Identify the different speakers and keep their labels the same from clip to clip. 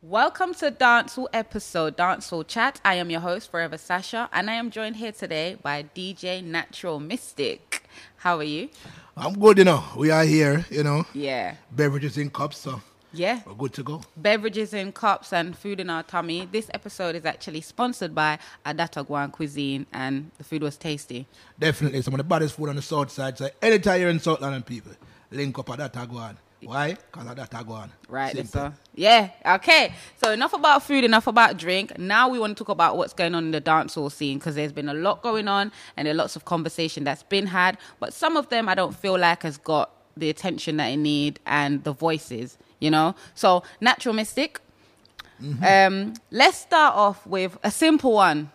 Speaker 1: Welcome to Dancehall episode, Dancehall Chat. I am your host, Forever Sasha, and I am joined here today by DJ Natural Mystic. How are you?
Speaker 2: I'm good, you know. We are here, you know.
Speaker 1: Yeah.
Speaker 2: Beverages in cups, so
Speaker 1: Yeah.
Speaker 2: we're good to go.
Speaker 1: Beverages in cups and food in our tummy. This episode is actually sponsored by Adatagwan Cuisine, and the food was tasty.
Speaker 2: Definitely some of the baddest food on the south side. So anytime you're in South London, people, link up at that Taguan. Why? Because at that Taguan.
Speaker 1: Right.
Speaker 2: Simple.
Speaker 1: So yeah. Okay. So enough about food, enough about drink. Now we want to talk about what's going on in the dancehall scene because there's been a lot going on and there are lots of conversation that's been had, but some of them I don't feel like has got the attention that it need and the voices, you know. So natural mystic. Um, let's start off with a simple one.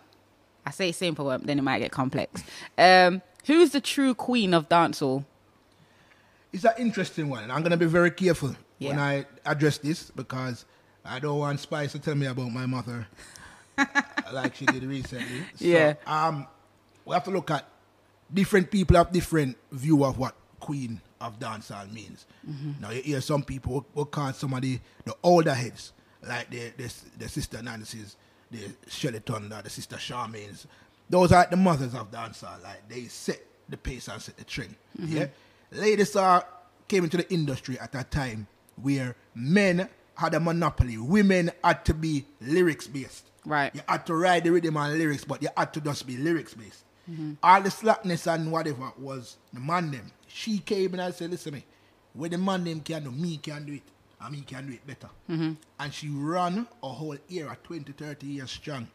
Speaker 1: I say simple, but then it might get complex. Um, who's the true queen of dancehall?
Speaker 2: It's an interesting one. And I'm going to be very careful when
Speaker 1: Yeah.
Speaker 2: I address this because I don't want Spice to tell me about my mother like she did recently. So,
Speaker 1: Yeah.
Speaker 2: Um, we have to look at different people have different view of what queen of dancehall means. Now, you hear some people will, will call somebody the older heads, like the, the, the sister Nancy's, the Shirley Thunder, the sister Charmaine's. Those are the mothers of dancehall. Like, they set the pace and set the trend. Yeah? Ladies are came into the industry at a time where men had a monopoly. Women had to be lyrics based.
Speaker 1: Right.
Speaker 2: You had to write the rhythm and lyrics, but you had to just be lyrics based. All the slackness and whatever was the man them. She came and I said, listen me, when the man them can do, me can do it. And me can do it better. And she ran a whole era, 20, 30 years strong,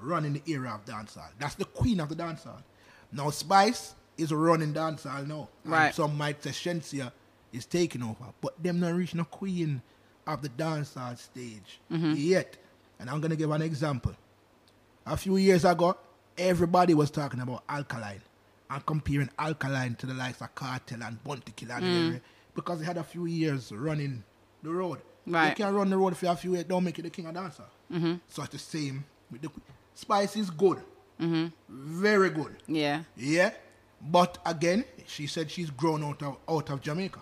Speaker 2: running the era of dancehall. That's the queen of the dancehall. Now Spice is running dancehall now. And
Speaker 1: Right.
Speaker 2: some might say Shensia is taking over, but them not reaching a queen of the dancehall stage yet. And I'm gonna give an example. A few years ago, everybody was talking about alkaline and comparing alkaline to the likes of Cartel and Bunty Killer and every- because they had a few years running the road.
Speaker 1: Right.
Speaker 2: You can run the road for a few years, don't make you the king of dancer. Mm-hmm. So it's the same. With the, Spice is good, very good.
Speaker 1: Yeah.
Speaker 2: Yeah. But again, she said she's grown out of out of Jamaica.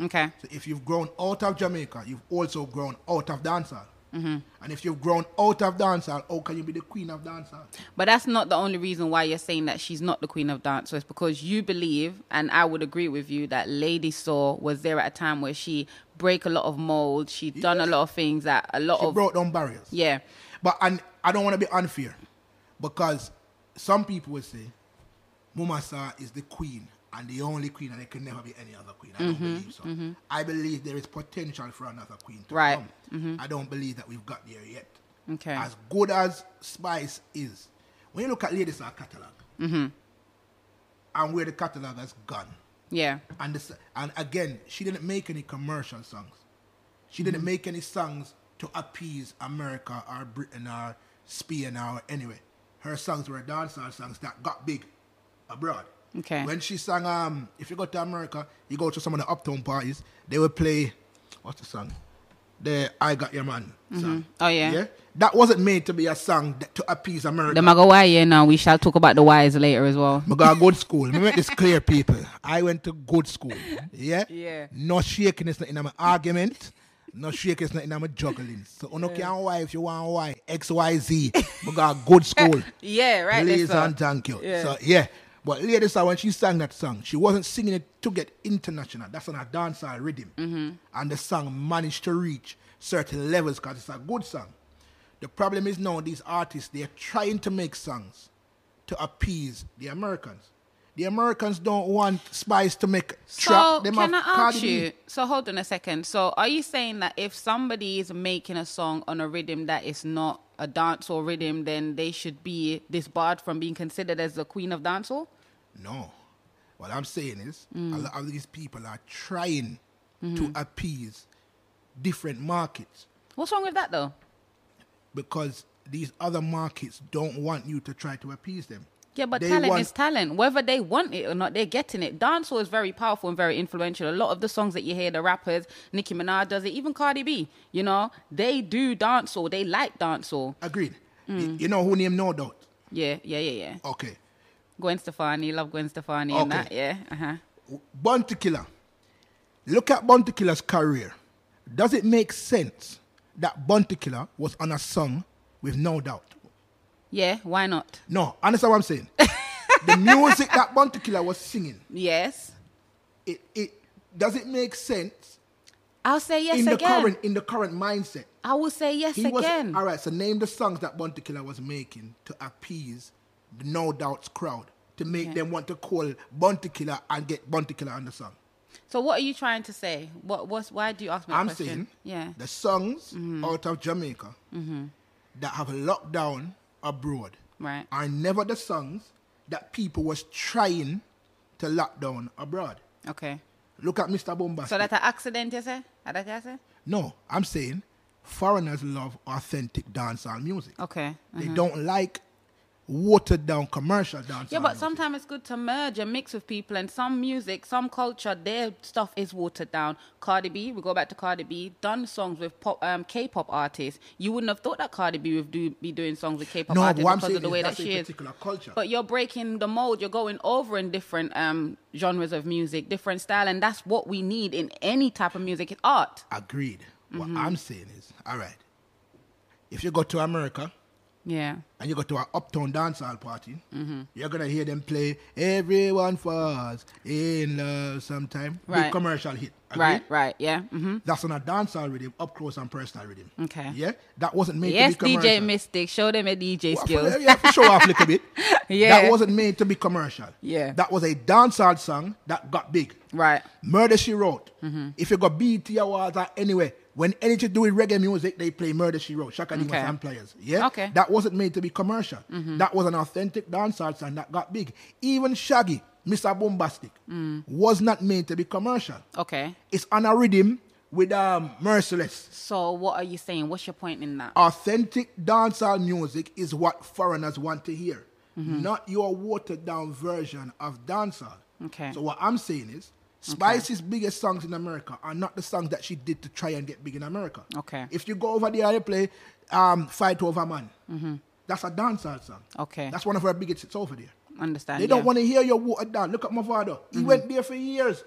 Speaker 1: Okay.
Speaker 2: So if you've grown out of Jamaica, you've also grown out of dancehall. And if you've grown out of dancehall, how can you be the queen of dancehall?
Speaker 1: But that's not the only reason why you're saying that she's not the queen of dance. So it's because you believe, and I would agree with you, that Lady Saw was there at a time where she break a lot of mold. She done a lot of things that a lot
Speaker 2: She
Speaker 1: of
Speaker 2: brought down barriers.
Speaker 1: yeah,
Speaker 2: But and I don't want to be unfair, because some people will say Mumasa is the queen and the only queen, and there can never be any other queen. I
Speaker 1: Mm-hmm,
Speaker 2: don't believe so. I believe there is potential for another queen to
Speaker 1: Right. mm-hmm.
Speaker 2: come. I don't believe that we've got there yet.
Speaker 1: Okay.
Speaker 2: As good as Spice is, when you look at Ladies Are catalog
Speaker 1: Mm-hmm.
Speaker 2: and where the catalog has gone,
Speaker 1: yeah,
Speaker 2: and this, and again, she didn't make any commercial songs. She
Speaker 1: Mm-hmm.
Speaker 2: didn't make any songs to appease America or Britain or Spain or anyway. Her songs were dancehall songs that got big abroad.
Speaker 1: Okay.
Speaker 2: When she sang, um, if you go to America, you go to some of the uptown parties, they will play, what's the song? The I Got Your Man song.
Speaker 1: Oh, yeah.
Speaker 2: Yeah. That wasn't made to be a song that, to appease America.
Speaker 1: the Magawai. Yeah, now we shall talk about the whys later as well.
Speaker 2: I go to good school. Let me make this clear, people. I went to good school. Yeah?
Speaker 1: Yeah.
Speaker 2: No shaking is not in my argument. No shaking is not in my juggling. So, you yeah. can why if you want why. X, Y, Z. I go to good school.
Speaker 1: Yeah, right.
Speaker 2: Please
Speaker 1: Lisa.
Speaker 2: and thank you.
Speaker 1: Yeah.
Speaker 2: So, yeah. But later, so when she sang that song, she wasn't singing it to get international. That's on a dancehall rhythm.
Speaker 1: Mm-hmm.
Speaker 2: And the song managed to reach certain levels because it's a good song. The problem is now these artists, they're trying to make songs to appease the Americans. The Americans don't want Spice to make
Speaker 1: So
Speaker 2: trap them
Speaker 1: can I
Speaker 2: off
Speaker 1: ask
Speaker 2: Cardi B.
Speaker 1: you? So hold on a second. So are you saying that if somebody is making a song on a rhythm that is not a dancehall rhythm, then they should be disbarred from being considered as the queen of dancehall?
Speaker 2: No. What I'm saying is,
Speaker 1: Mm.
Speaker 2: a lot of these people are trying
Speaker 1: Mm-hmm.
Speaker 2: to appease different markets
Speaker 1: What's wrong with that though?
Speaker 2: because these other markets don't want you to try to appease them.
Speaker 1: Yeah, but
Speaker 2: They
Speaker 1: talent
Speaker 2: want-
Speaker 1: is talent. Whether they want it or not, they're getting it. Dancehall is very powerful and very influential. A lot of the songs that you hear, the rappers, Nicki Minaj does it, even Cardi B, you know, they do dancehall. They like dancehall.
Speaker 2: Agreed. Y-
Speaker 1: Mm.
Speaker 2: You know who name No Doubt?
Speaker 1: Yeah, yeah, yeah, yeah.
Speaker 2: Okay.
Speaker 1: Gwen Stefani, love Gwen Stefani and
Speaker 2: Okay.
Speaker 1: that. Yeah, uh huh.
Speaker 2: Bounty Killer. Look at Bounty Killer's career. Does it make sense that Bounty Killer was on a song with No Doubt.
Speaker 1: Yeah, why not?
Speaker 2: No, understand what I'm saying? the music that Bounty Killer was singing,
Speaker 1: Yes.
Speaker 2: it, it does it make sense
Speaker 1: I'll say yes
Speaker 2: in the
Speaker 1: again.
Speaker 2: current in the current mindset?
Speaker 1: I will say yes
Speaker 2: He was
Speaker 1: again.
Speaker 2: all right. So name the songs that Bounty Killer was making to appease the No Doubt's crowd to make
Speaker 1: Yeah.
Speaker 2: them want to call Bounty Killer and get Bounty Killer on the song.
Speaker 1: So what are you trying to say? What what's why do you ask me that
Speaker 2: I'm
Speaker 1: question?
Speaker 2: saying
Speaker 1: yeah. Mm-hmm.
Speaker 2: the songs out of Jamaica that have locked down abroad
Speaker 1: Right.
Speaker 2: are never the songs that people was trying to lock down abroad.
Speaker 1: Okay.
Speaker 2: Look at Mr. Bombastic.
Speaker 1: So that's an accident, you say? Ah, That you say?
Speaker 2: no, I'm saying foreigners love authentic dancehall music.
Speaker 1: Okay.
Speaker 2: They don't like watered down commercial dancehall.
Speaker 1: Yeah, but
Speaker 2: music.
Speaker 1: sometimes it's good to merge and mix with people and some music, some culture, their stuff is watered down. Cardi B, we go back to Cardi B, done songs with pop, um, K-pop artists. You wouldn't have thought that Cardi B would do, be doing songs with K-pop
Speaker 2: no, but
Speaker 1: artists
Speaker 2: what I'm
Speaker 1: because
Speaker 2: saying
Speaker 1: of the
Speaker 2: is
Speaker 1: way that
Speaker 2: that's
Speaker 1: she
Speaker 2: a
Speaker 1: is.
Speaker 2: particular culture.
Speaker 1: But you're breaking the mold. You're going over in different um, genres of music, different style, and that's what we need in any type of music. It's art.
Speaker 2: Agreed. What
Speaker 1: Mm-hmm.
Speaker 2: I'm saying is, all right, if you go to America,
Speaker 1: Yeah.
Speaker 2: and you go to an uptown dancehall party,
Speaker 1: Mm-hmm.
Speaker 2: you're gonna hear them play "Everyone Falls in Love" sometime.
Speaker 1: Right.
Speaker 2: Big commercial hit. Agree?
Speaker 1: Right. Right. Yeah. hmm
Speaker 2: That's on a dancehall rhythm, up close and personal rhythm.
Speaker 1: Okay.
Speaker 2: Yeah, that wasn't made
Speaker 1: Yes,
Speaker 2: to be commercial.
Speaker 1: DJ Mystic, show them a DJ
Speaker 2: Well,
Speaker 1: skills.
Speaker 2: for- yeah, for show off a little bit.
Speaker 1: Yeah.
Speaker 2: that wasn't made to be commercial.
Speaker 1: Yeah.
Speaker 2: that was a dancehall song that got big.
Speaker 1: Right.
Speaker 2: Murder She Wrote.
Speaker 1: Mm-hmm.
Speaker 2: If you go BET Awards or anywhere, when anything to do with reggae music, they play Murder She Wrote, Shaka Dima's
Speaker 1: Okay.
Speaker 2: and Players. Yeah?
Speaker 1: Okay. Mm-hmm.
Speaker 2: That wasn't made to be commercial. That was an authentic dancehall song that got big. Even Shaggy, Mr. Bombastic,
Speaker 1: Mm.
Speaker 2: was not made to be commercial.
Speaker 1: Okay.
Speaker 2: It's on a rhythm with um, Merciless.
Speaker 1: So what are you saying? What's your point in
Speaker 2: Uh,
Speaker 1: that?
Speaker 2: Authentic dancehall music is what foreigners want to hear,
Speaker 1: Mm-hmm.
Speaker 2: not your watered down version of dancehall.
Speaker 1: Okay.
Speaker 2: So what I'm saying is, Spice's biggest songs in America are not the songs that she did to try and get big in America.
Speaker 1: Okay.
Speaker 2: If you go over there and play um, "Fight Over Man," that's a dancehall song.
Speaker 1: Mm-hmm. Okay.
Speaker 2: That's one of her biggest hits over there.
Speaker 1: Understand?
Speaker 2: They don't want to hear your watered down. Look at Movado.
Speaker 1: Mm-hmm.
Speaker 2: He went there for years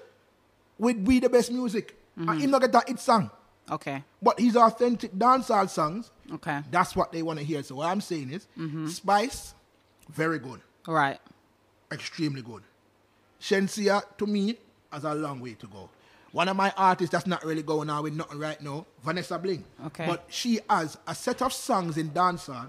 Speaker 2: with "We the Best Music,"
Speaker 1: Mm-hmm.
Speaker 2: and he not get that hit song.
Speaker 1: to. Okay.
Speaker 2: But his authentic dancehall songs,
Speaker 1: Okay.
Speaker 2: that's what they want to hear. So what I'm saying is,
Speaker 1: Mm-hmm.
Speaker 2: Spice, very good,
Speaker 1: Right.
Speaker 2: extremely good. Shensia, to me, has a long way to go. One of my artists that's not really going on with nothing right now, Vanessa Bling.
Speaker 1: Okay.
Speaker 2: But she has a set of songs in dancehall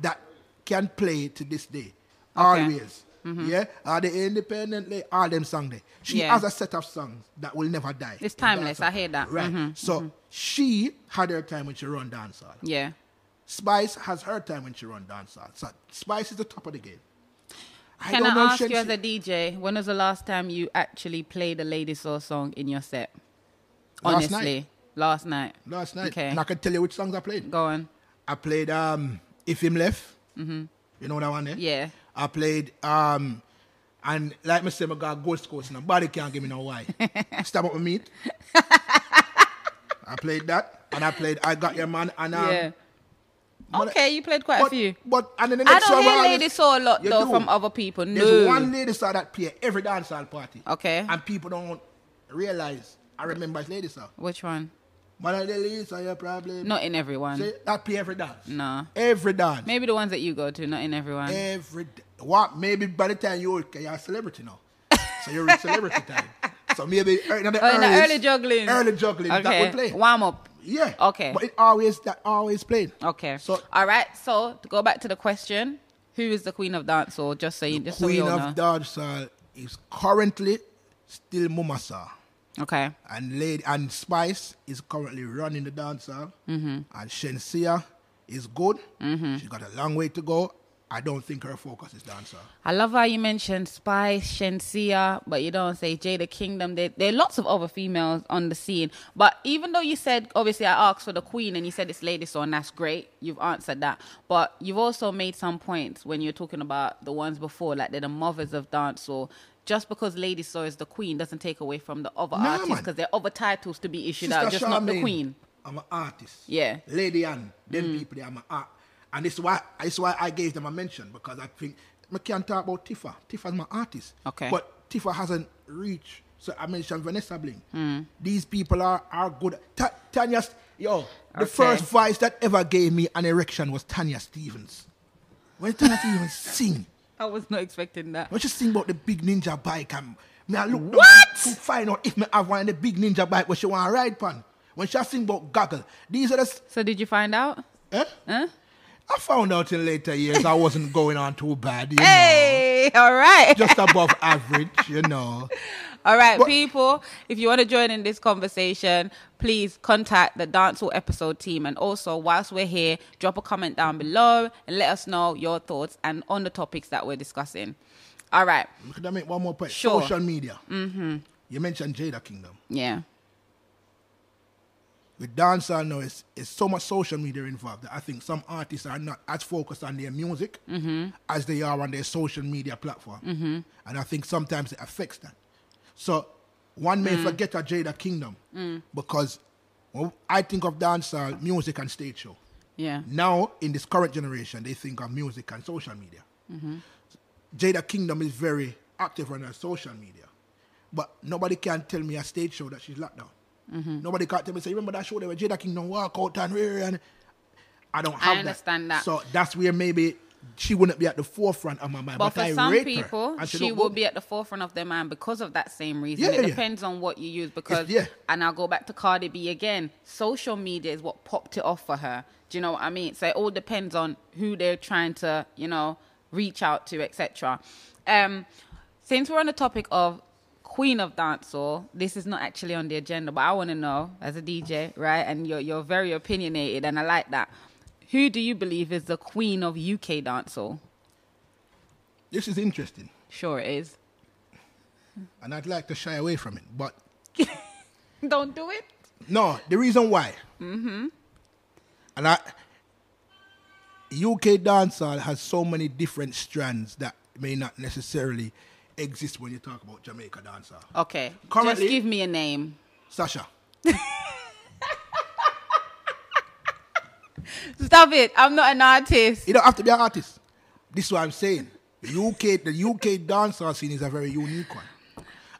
Speaker 2: that can play to this day. Always. Yeah? Are they independently? All them songs there. She
Speaker 1: Mm-hmm. Yeah.
Speaker 2: has a set of songs that will never die.
Speaker 1: It's
Speaker 2: in
Speaker 1: timeless.
Speaker 2: dancehall.
Speaker 1: I hear that. Mm-hmm.
Speaker 2: Right. So she had her time when she run dancehall.
Speaker 1: Yeah.
Speaker 2: Spice has her time when she run dancehall. So Spice is the top of the game. I
Speaker 1: Can I,
Speaker 2: don't know if
Speaker 1: ask you
Speaker 2: Shensi-
Speaker 1: as a DJ, when was the last time you actually played a Lady Soul song in your set?
Speaker 2: Last night.
Speaker 1: Honestly. Last night.
Speaker 2: last night,
Speaker 1: Okay.
Speaker 2: and I can tell you which songs I played.
Speaker 1: Go on.
Speaker 2: I played um, "If Him Left." You know that one there.
Speaker 1: Mm-hmm. Yeah.
Speaker 2: I played um, and like me say, I got gold scores. Nobody can give me no why. Stab up my meat. I played that, and I played "I Got Your Man," and um,
Speaker 1: yeah.
Speaker 2: but-
Speaker 1: Okay, you played quite
Speaker 2: but,
Speaker 1: a few.
Speaker 2: But and then the
Speaker 1: I
Speaker 2: next
Speaker 1: don't
Speaker 2: one,
Speaker 1: hear
Speaker 2: I
Speaker 1: Lady
Speaker 2: just-
Speaker 1: Soul a lot
Speaker 2: You
Speaker 1: though
Speaker 2: do.
Speaker 1: from other people. No.
Speaker 2: There's one lady saw that play every dancehall party.
Speaker 1: Okay.
Speaker 2: And people don't realize. I remember it's lady saw.
Speaker 1: Which one?
Speaker 2: Mother the Lisa, your problem.
Speaker 1: Not in everyone.
Speaker 2: See, that play every dance.
Speaker 1: Nah.
Speaker 2: Every dance.
Speaker 1: Maybe the ones that you go to, not in everyone.
Speaker 2: Every d- what? Maybe by the time you're, you're a celebrity now, so you're a celebrity time. So maybe ear- in the,
Speaker 1: oh, in the
Speaker 2: earliest-
Speaker 1: early juggling.
Speaker 2: early juggling that would play.
Speaker 1: Warm up.
Speaker 2: Yeah.
Speaker 1: Okay.
Speaker 2: But it always that always played.
Speaker 1: Okay.
Speaker 2: So
Speaker 1: all right. So to go back to the question, who is the queen of dancehall? Just so you, just so we
Speaker 2: Queen
Speaker 1: all
Speaker 2: of
Speaker 1: know.
Speaker 2: Dancehall is currently still Mumasa.
Speaker 1: okay.
Speaker 2: and Lady and Spice is currently running the dancehall, and Shensia is good. She got a long way to go. I don't think her focus is dancehall.
Speaker 1: I love how you mentioned Spice, Shensia, but you don't say Jada Kingdom. There, there are lots of other females on the scene. But even though you said, obviously, I asked for the queen and you said it's Lady Soul, and that's great. You've answered that. But you've also made some points when you're talking about the ones before, like they're the mothers of dancehall. Just because Lady Soul is the queen doesn't take away from the other
Speaker 2: Nah,
Speaker 1: artists
Speaker 2: man.
Speaker 1: because there are other titles to be issued out, just not the
Speaker 2: Charmaine,
Speaker 1: queen.
Speaker 2: I'm an artist.
Speaker 1: Yeah. Mm.
Speaker 2: Lady Anne, them people, there, I'm an art. And this is why this is why I gave them a mention because I think I can't talk about Tifa. Tifa's my artist.
Speaker 1: Okay.
Speaker 2: But Tifa hasn't
Speaker 1: Mm.
Speaker 2: reached. So I mentioned Vanessa Bling. These people are are good. Ta- Tanya Yo, the
Speaker 1: Okay.
Speaker 2: first voice that ever gave me an erection was Tanya Stevens. When Tanya Stevens sing,
Speaker 1: I was not expecting that.
Speaker 2: when she sing about the big ninja bike, and me I look down
Speaker 1: What?
Speaker 2: to find out if me have one of the big ninja bike where she want to ride pan. When she sing about goggle, these are the s-
Speaker 1: So did you find out?
Speaker 2: eh?
Speaker 1: Huh?
Speaker 2: I found out in later years I wasn't going on too bad, you know.
Speaker 1: Hey, all right.
Speaker 2: Just above average, you know.
Speaker 1: All right,
Speaker 2: But-
Speaker 1: people, if you want to join in this conversation, please contact the Dancehall episode team. And also, whilst we're here, drop a comment down below and let us know your thoughts and on the topics that we're discussing. All right.
Speaker 2: Could I make one more point?
Speaker 1: Sure.
Speaker 2: Social media. Mm-hmm. You mentioned Jada Kingdom.
Speaker 1: Yeah.
Speaker 2: with dancehall now, it's, it's so much social media involved that I think some artists are not as focused on their music as they are on their social media platform. And I think sometimes it affects that. So one may forget a Jada Kingdom because when I think of dancehall, music, and stage show.
Speaker 1: Yeah.
Speaker 2: Now, in this current generation, they think of music and social media.
Speaker 1: Mm-hmm.
Speaker 2: Jada Kingdom is very active on her social media, but nobody can tell me a stage show that she's locked down.
Speaker 1: Mm-hmm.
Speaker 2: Nobody can tell me, say, remember that show there where Jada Kingdom walk out and rah, and I don't have
Speaker 1: understand that.
Speaker 2: So that's where maybe she wouldn't be at the forefront of my mind.
Speaker 1: But
Speaker 2: But,
Speaker 1: for
Speaker 2: I
Speaker 1: some
Speaker 2: rate
Speaker 1: people,
Speaker 2: her, and
Speaker 1: she
Speaker 2: don't
Speaker 1: will
Speaker 2: go-
Speaker 1: be at the forefront of their mind because of that same reason.
Speaker 2: Yeah,
Speaker 1: it
Speaker 2: yeah.
Speaker 1: depends on what you use because,
Speaker 2: yeah.
Speaker 1: and I'll go back to Cardi B again. Social media is what popped it off for her. Do you know what I mean? So it all depends on who they're trying to, you know, reach out to, etc. Um, since we're on the topic of Queen of Dancehall, this is not actually on the agenda, but I want to know as a DJ, right? And you're you're very opinionated, and I like that. Who do you believe is the Queen of UK Dancehall?
Speaker 2: This is interesting,
Speaker 1: Sure, it is.
Speaker 2: and I'd like to shy away from it. But
Speaker 1: Don't do it.
Speaker 2: no, the reason why. Mm-hmm. And I, UK dancehall has so many different strands that may not necessarily exist when you talk about Jamaica dancehall.
Speaker 1: Okay.
Speaker 2: Currently-
Speaker 1: Just give me a name.
Speaker 2: Sasha,
Speaker 1: Stop it. I'm not an artist.
Speaker 2: you don't have to be an artist. This is what I'm saying. The UK, the UK dancehall scene is a very unique one.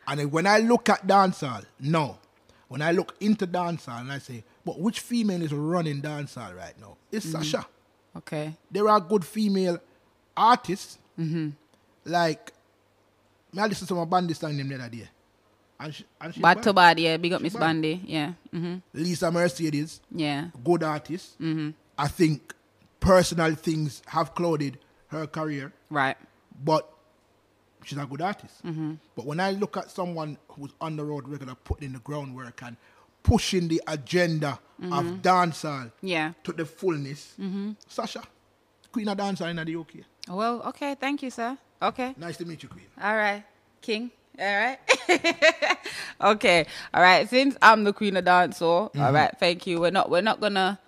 Speaker 2: And then when I look at dancehall, no, when I look into dancehall and I say, but which female is running dancehall right now? It's Sasha.
Speaker 1: Okay.
Speaker 2: there are good female artists. mm-hmm. Like, me I listened to my band this song them the other day. And she, and she
Speaker 1: Bad to
Speaker 2: bad.
Speaker 1: bad, yeah. Big up Miss
Speaker 2: bad.
Speaker 1: Bandy. Yeah. hmm
Speaker 2: Lisa Mercedes,
Speaker 1: Yeah.
Speaker 2: good artist. I think personal things have clouded her career,
Speaker 1: Right.
Speaker 2: but she's a good artist. But when I look at someone who's on the road regular, putting in the groundwork and pushing the agenda of dancehall
Speaker 1: Yeah.
Speaker 2: to the fullness, Sasha, Queen of Dancehall in the UK.
Speaker 1: Well, okay. Thank you, sir. Okay.
Speaker 2: Nice to meet you, Queen.
Speaker 1: All right. King. All right. okay. All right. Since I'm the queen of dancehall, all right. Thank you. We're not. We're not gonna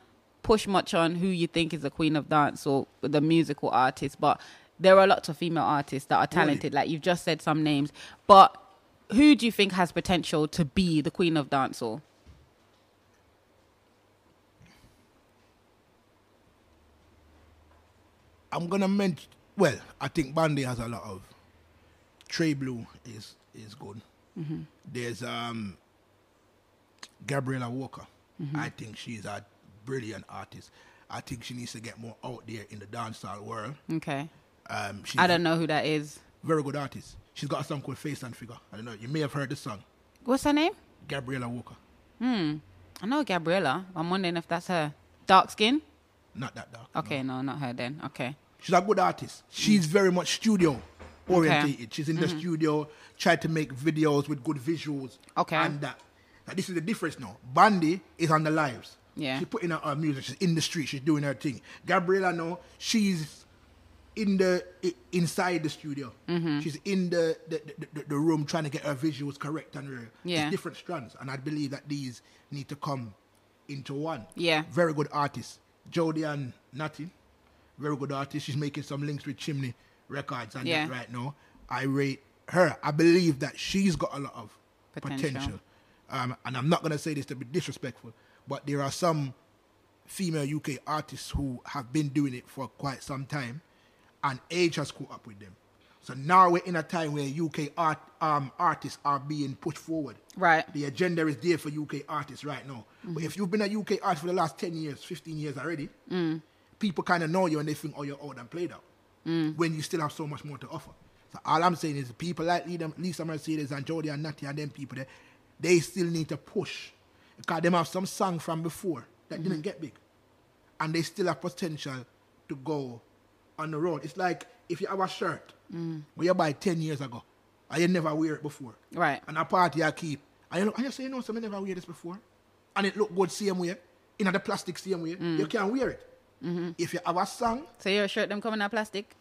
Speaker 1: push much on who you think is the queen of dancehall, the musical artist, but there are lots of female artists that are talented. Like you've just said some names, but who do you think has potential to be the queen of dancehall?
Speaker 2: I'm gonna mention. Well, I think Bandy has a lot of. Trey Blue is is good.
Speaker 1: Mm-hmm.
Speaker 2: There's um. Gabriella Walker.
Speaker 1: Mm-hmm.
Speaker 2: I think she's a brilliant artist. I think she needs to get more out there in the dancehall world.
Speaker 1: Okay.
Speaker 2: Um, she's
Speaker 1: I don't know who that is.
Speaker 2: a very good artist. She's got a song called Face and Figure. I don't know. You may have heard the song.
Speaker 1: What's her name?
Speaker 2: Gabriella Walker.
Speaker 1: I know Gabriella. I'm wondering if that's her. Dark skin.
Speaker 2: Not that dark.
Speaker 1: Okay. No, not her then. Okay.
Speaker 2: She's a good artist. She's very much studio oriented. She's in the
Speaker 1: Mm-hmm.
Speaker 2: studio, tried to make videos with good visuals.
Speaker 1: Okay.
Speaker 2: And that. Now, this is the difference now. Bandy is on the lives.
Speaker 1: Yeah.
Speaker 2: She's putting out her music. She's in the street. She's doing her thing. Gabriella, no, she's in the i- inside the studio.
Speaker 1: Mm-hmm.
Speaker 2: She's in the the, the the the room trying to get her visuals correct and real.
Speaker 1: Yeah.
Speaker 2: It's different strands, and I believe that these need to come into one.
Speaker 1: Yeah.
Speaker 2: Very good artist. Jodie and Natty, very good artist. She's making some links with Chimney Records and
Speaker 1: Yeah.
Speaker 2: that right now. I rate her. I believe that she's got a lot of
Speaker 1: Potential.
Speaker 2: potential. Um, and I'm not going to say this to be disrespectful, but there are some female UK artists who have been doing it for quite some time, and age has caught up with them. So now we're in a time where UK art um, artists are being pushed forward.
Speaker 1: Right. Mm-hmm.
Speaker 2: The agenda is there for UK artists right now. But if you've been a UK artist for the last 10 years, 15 years already,
Speaker 1: Mm.
Speaker 2: people kind of know you and they think, oh, you're old and played out.
Speaker 1: Mm.
Speaker 2: When you still have so much more to offer. So all I'm saying is people like Lisa Lisa Mercedes and Jody and Natty and them people there, they still need to push. Because them have some song from before that
Speaker 1: Mm-hmm.
Speaker 2: didn't get big. And they still have potential to go on the road. It's like if you have a shirt where you buy 10 years ago and you never wear it before.
Speaker 1: Mm. Right.
Speaker 2: And a party I keep. And you, look- and you say, you know, something never wear this before. And it look good same way. In the plastic same way. You can't wear it. If you have a song,
Speaker 1: So your shirt them coming out plastic?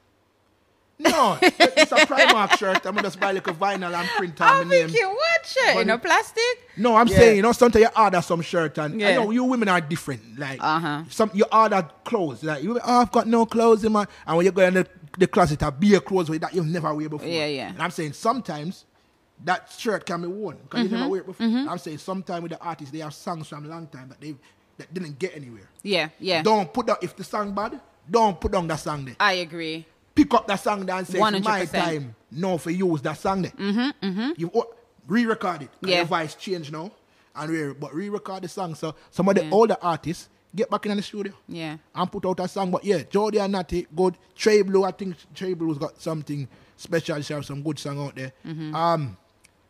Speaker 2: no, it's a Primark shirt. I'm gonna just buy like a vinyl and print
Speaker 1: I
Speaker 2: on my
Speaker 1: think
Speaker 2: name.
Speaker 1: you what shirt? You
Speaker 2: Funny.
Speaker 1: know, plastic?
Speaker 2: No, I'm
Speaker 1: Yeah.
Speaker 2: saying, you know, sometimes you order some shirt and I
Speaker 1: Yeah.
Speaker 2: know you women are different. Like
Speaker 1: Uh-huh.
Speaker 2: some you order clothes. Like you oh, I've got no clothes in my and when you go in the, the closet, I be a clothes with that you've never wear before.
Speaker 1: Yeah, yeah.
Speaker 2: And I'm saying sometimes that shirt can be worn because you
Speaker 1: Mm-hmm.
Speaker 2: never wear it before. I'm saying sometimes with the artists they have songs from long time that they that didn't get anywhere.
Speaker 1: Yeah, yeah.
Speaker 2: Don't put down if the song bad, don't put down that song there
Speaker 1: I agree.
Speaker 2: pick up that song there and say, it's my
Speaker 1: 100%.
Speaker 2: time now for use that song there. Mm-hmm, mm-hmm. You re-record it. 'cause
Speaker 1: Yeah.
Speaker 2: Your voice change now. And re- but re-record the song. So some of the
Speaker 1: Yeah.
Speaker 2: older artists get back in the studio
Speaker 1: Yeah.
Speaker 2: and put out a song. But yeah, Jody and Natty, good. Trey Blue, I think Trey Blue's got something special. She have some good song out there.
Speaker 1: Mm-hmm.
Speaker 2: Um,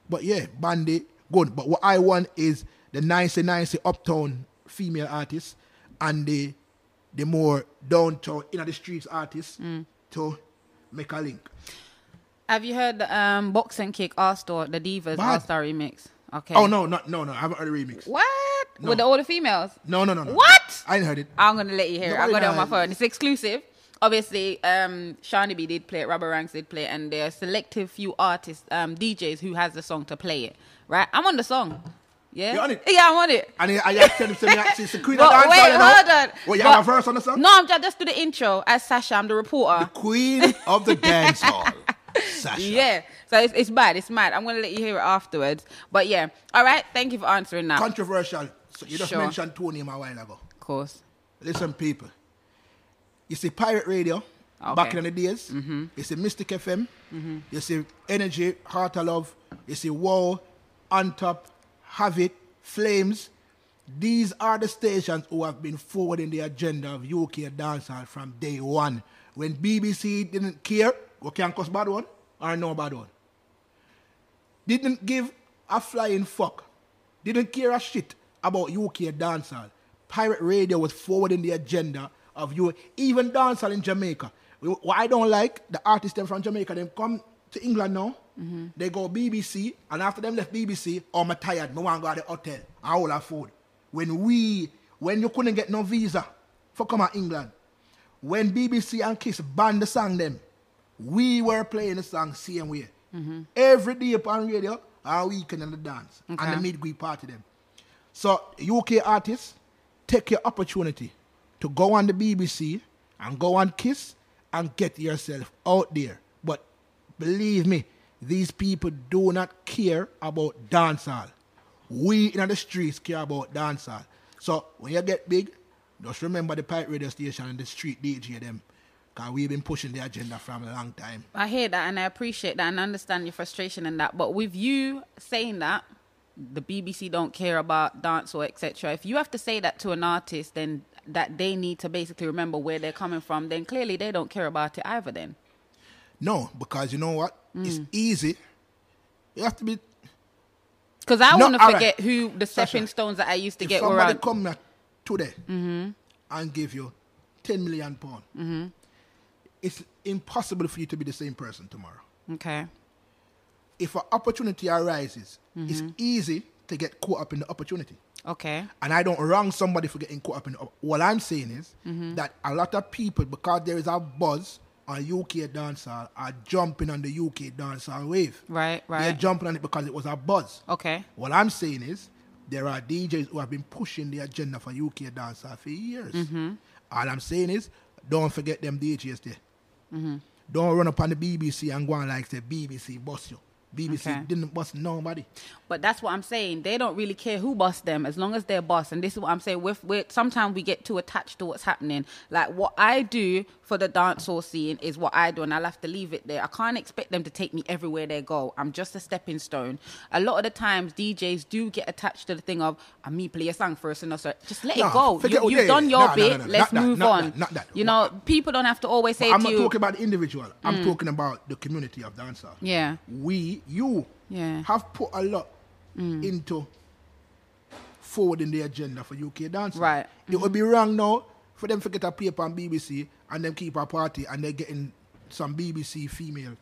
Speaker 2: But yeah, Bandit, good. But what I want is the nicey nicey uptown female artists and the the more downtown inner the streets artists
Speaker 1: Mm.
Speaker 2: to make a link.
Speaker 1: Have you heard the um, Box and Kick R Store, the Divas
Speaker 2: Bad.
Speaker 1: R Star remix? Okay.
Speaker 2: Oh no, no, no, no! I haven't heard the remix.
Speaker 1: What?
Speaker 2: No.
Speaker 1: With the, all the females?
Speaker 2: No, no, no, no.
Speaker 1: What?
Speaker 2: I ain't heard it.
Speaker 1: I'm gonna let you hear. it. I got it on my
Speaker 2: Nobody knows.
Speaker 1: phone. It's exclusive. Obviously, um, Shani B did play it. Rubber Ranks did play it, and there are selective few artists, um, DJs who has the song to play it. Right? I'm on the song. Yeah.
Speaker 2: You're on it?
Speaker 1: Yeah, I'm on it.
Speaker 2: And I, I just tell him to me, actually, it's the queen of
Speaker 1: But
Speaker 2: dancehall.
Speaker 1: wait,
Speaker 2: you know?
Speaker 1: hold on.
Speaker 2: Well, you
Speaker 1: But-
Speaker 2: have a verse on the song.
Speaker 1: No, I'm just, just do the intro as Sasha. I'm the reporter.
Speaker 2: Queen of the dancehall, Sasha.
Speaker 1: Yeah. So it's, it's bad. It's mad. I'm gonna let you hear it afterwards. But yeah. All right. Thank you for answering that.
Speaker 2: Controversial. So you just
Speaker 1: Sure.
Speaker 2: mentioned two name a while ago.
Speaker 1: of course.
Speaker 2: Listen, people. You see Pirate Radio back
Speaker 1: Okay. Mm-hmm.
Speaker 2: in the days. You see Mystic FM. You see Energy, Heart of Love. You see Wow, On Top, Have It, Flames. These are the stations who have been forwarding the agenda of UK dancehall from day one. When BBC didn't care, we can cause bad one or no bad one. Didn't give a flying fuck. Didn't care a shit about UK dancehall. Pirate Radio was forwarding the agenda of you, even dancehall in Jamaica. We- What I don't like, the artists them from Jamaica, them come to England now, they go BBC, and after them left BBC, oh, I'm tired, I want to go to the hotel, I all have food. When we, when you couldn't get no visa for come out England, when BBC and Kiss banned the song them, we were playing the song same way. Every day upon radio, our weekend and the dance.
Speaker 1: Okay.
Speaker 2: And the midweek party them. So UK artists, take your opportunity to go on the BBC and go on Kiss and get yourself out there. But believe me, these people do not care about dancehall. We in the streets care about dancehall. So when you get big, just remember the pirate radio station and the street DJ them. Cause we've been pushing the agenda from a long time.
Speaker 1: I hear that and I appreciate that and I understand your frustration and that. But with you saying that, the BBC don't care about dance or etc. If you have to say that to an artist, then that they need to basically remember where they're coming from, then clearly they don't care about it either. Then
Speaker 2: No, because you know what? It's easy. You have to be
Speaker 1: because I
Speaker 2: No,
Speaker 1: want to
Speaker 2: all right.
Speaker 1: forget who the
Speaker 2: Sasha,
Speaker 1: stepping stones that I used to
Speaker 2: if
Speaker 1: get were
Speaker 2: somebody
Speaker 1: on.
Speaker 2: come here today and give you 10 million pound it's impossible for you to be the same person tomorrow
Speaker 1: okay,
Speaker 2: if an opportunity arises it's easy to get caught up in the opportunity
Speaker 1: okay,
Speaker 2: and I don't wrong somebody for getting caught up in it. What I'm saying is that a lot of people, because there is a buzz on UK dancehall, are jumping on the UK dancehall wave.
Speaker 1: right,
Speaker 2: They're
Speaker 1: right,
Speaker 2: jumping on it because it was a buzz.
Speaker 1: okay,
Speaker 2: What I'm saying is there are DJs who have been pushing the agenda for UK dancehall for years.
Speaker 1: Mm-hmm.
Speaker 2: All I'm saying is don't
Speaker 1: Mm-hmm.
Speaker 2: forget them DJs there. Don't run up on the BBC and go on like say BBC boss you. BBC
Speaker 1: Okay.
Speaker 2: didn't bust nobody.
Speaker 1: But that's what I'm saying. They don't really care who busts them as long as they're boss. And this is what I'm saying. With with sometimes we get too attached to what's happening. Like what I do for the dancehall scene is what I do, and I'll have to leave it there. I can't expect them to take me everywhere they go. I'm just a stepping stone. A lot of the times DJs do get attached to the thing of I me play a song first and also just let
Speaker 2: Nah,
Speaker 1: it go.
Speaker 2: forget-
Speaker 1: You,
Speaker 2: oh,
Speaker 1: you've
Speaker 2: yeah, yeah.
Speaker 1: done your
Speaker 2: Nah, nah,
Speaker 1: bit.
Speaker 2: nah, nah.
Speaker 1: Let's
Speaker 2: Not that,
Speaker 1: move
Speaker 2: not
Speaker 1: on.
Speaker 2: that, not that.
Speaker 1: You know, people don't have to always say
Speaker 2: I'm
Speaker 1: to
Speaker 2: not
Speaker 1: you. Mm.
Speaker 2: talking about the individual. I'm talking about the community of dancers.
Speaker 1: Yeah.
Speaker 2: We, you,
Speaker 1: Yeah. Mm.
Speaker 2: have put a lot into forwarding the agenda for UK dancers.
Speaker 1: Right. Mm-hmm.
Speaker 2: It would be wrong now for them to get a paper on BBC and them keep a party and they're getting some BBC female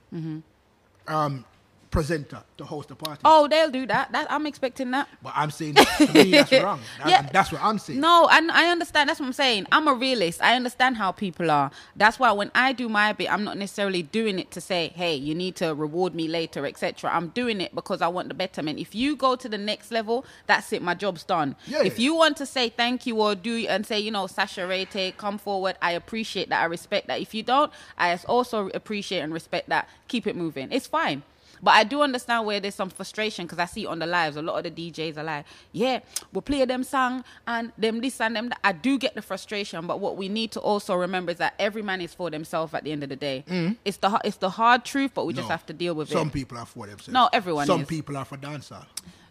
Speaker 2: um, presenter to host the party.
Speaker 1: Mm-hmm. Oh, they'll do that. That I'm expecting that.
Speaker 2: But I'm saying to me that's wrong. That-
Speaker 1: Yeah.
Speaker 2: That's what I'm saying.
Speaker 1: No, and I understand. That's what I'm saying. I'm a realist. I understand how people are. That's why when I do my bit, I'm not necessarily doing it to say, "Hey, you need to reward me later," etc. I'm doing it because I want the betterment. If you go to the next level, that's it. My job's done.
Speaker 2: Yeah.
Speaker 1: If you want to say thank you or do and say, you know, Sasha Rete, come forward. I appreciate that. I respect that. If you don't, I also appreciate and respect that. Keep it moving. It's fine. But I do understand where there's some frustration because I see on the lives a lot of the DJs are like, yeah, we'll play them song and them this and them that. I do get the frustration, but what we need to also remember is that every man is for themselves at the end of the day. It's the ha- it's the hard truth, but we just
Speaker 2: No.
Speaker 1: have to deal with
Speaker 2: Some
Speaker 1: it.
Speaker 2: people are for themselves.
Speaker 1: No, everyone
Speaker 2: Some
Speaker 1: is.
Speaker 2: people are for dancer.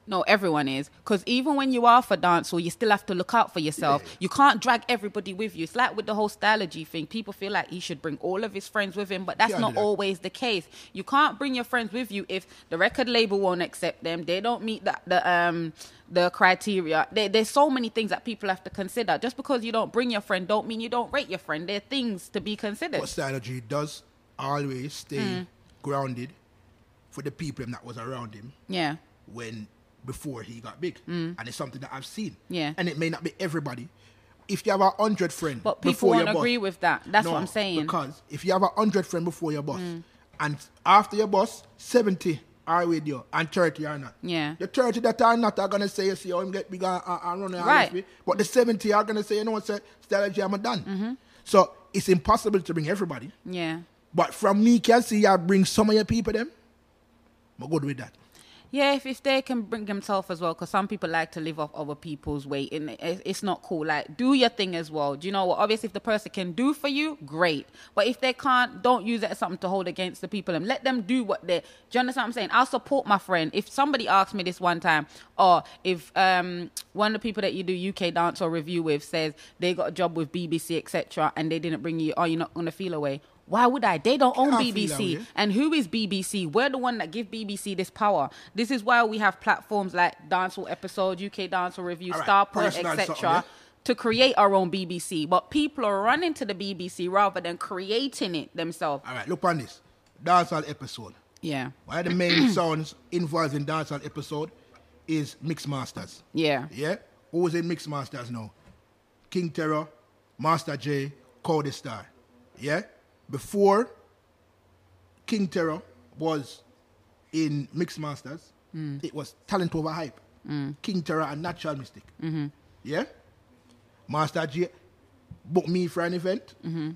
Speaker 1: No, everyone is. Because even when you are for dancehall, you still have to look out for yourself. You can't drag everybody with you. It's like with the whole stylogy thing. People feel like he should bring all of his friends with him, but that's
Speaker 2: Can't do
Speaker 1: not
Speaker 2: that.
Speaker 1: always the case. You can't bring your friends with you if the record label won't accept them. They don't meet the, the um the criteria. There, there's so many things that people have to consider. Just because you don't bring your friend, don't mean you don't rate your friend. There are things to be considered.
Speaker 2: What strategy does always stay
Speaker 1: Mm.
Speaker 2: grounded for the people that was around him
Speaker 1: yeah.
Speaker 2: when before he got big. And it's something that I've seen.
Speaker 1: Mm. Yeah.
Speaker 2: And it may not be everybody. If you have a hundred friend
Speaker 1: But people
Speaker 2: before
Speaker 1: won't
Speaker 2: your boss-
Speaker 1: agree with that. That's
Speaker 2: No,
Speaker 1: what I'm saying. Mm.
Speaker 2: Because if you have a hundred friend before your boss and after your boss, seventy are with you and thirty are not.
Speaker 1: Yeah.
Speaker 2: The thirty that are not are gonna say, see how him get bigger and, and run around
Speaker 1: Right.
Speaker 2: with me." But the seventy are gonna say, you know what, sir, strategy I'm done.
Speaker 1: Mm-hmm.
Speaker 2: So it's impossible to bring everybody.
Speaker 1: Yeah.
Speaker 2: But from me can see I bring some of your people them. I'm good with that.
Speaker 1: Yeah, if, if they can bring themselves as well, because some people like to live off other people's weight, and it, it's not cool. Like, do your thing as well. Do you know what? Obviously, if the person can do for you, great. But if they can't, don't use it as something to hold against the people and let them do what they. Do you understand what I'm saying? I'll support my friend. If somebody asked me this one time, or if um one of the people that you do UK dance or review with says they got a job with BBC etc. and they didn't bring you, oh, you're not gonna feel away. Why would I? They don't own
Speaker 2: I'll feel that
Speaker 1: BBC.
Speaker 2: way.
Speaker 1: And who is BBC? We're the one that give BBC this power. This is why we have platforms like Dancehall Episode, UK Dancehall Review,
Speaker 2: All right,
Speaker 1: Starpoint,
Speaker 2: personal something, yeah?
Speaker 1: etc. To create our own BBC, but people are running to the BBC rather than creating it themselves.
Speaker 2: All right, look on this. Dancehall episode.
Speaker 1: Yeah,
Speaker 2: One of the main sounds involved in dancehall episode is Mix Masters.
Speaker 1: yeah,
Speaker 2: Yeah? Who's in Mix Masters now? King Terror, Master J, Cody Star. Yeah? Before King Terror was in Mix Masters, it was Talent Over Hype. King Terror and Natural Mystic. Yeah? Master J booked me for an event. Mm-hmm.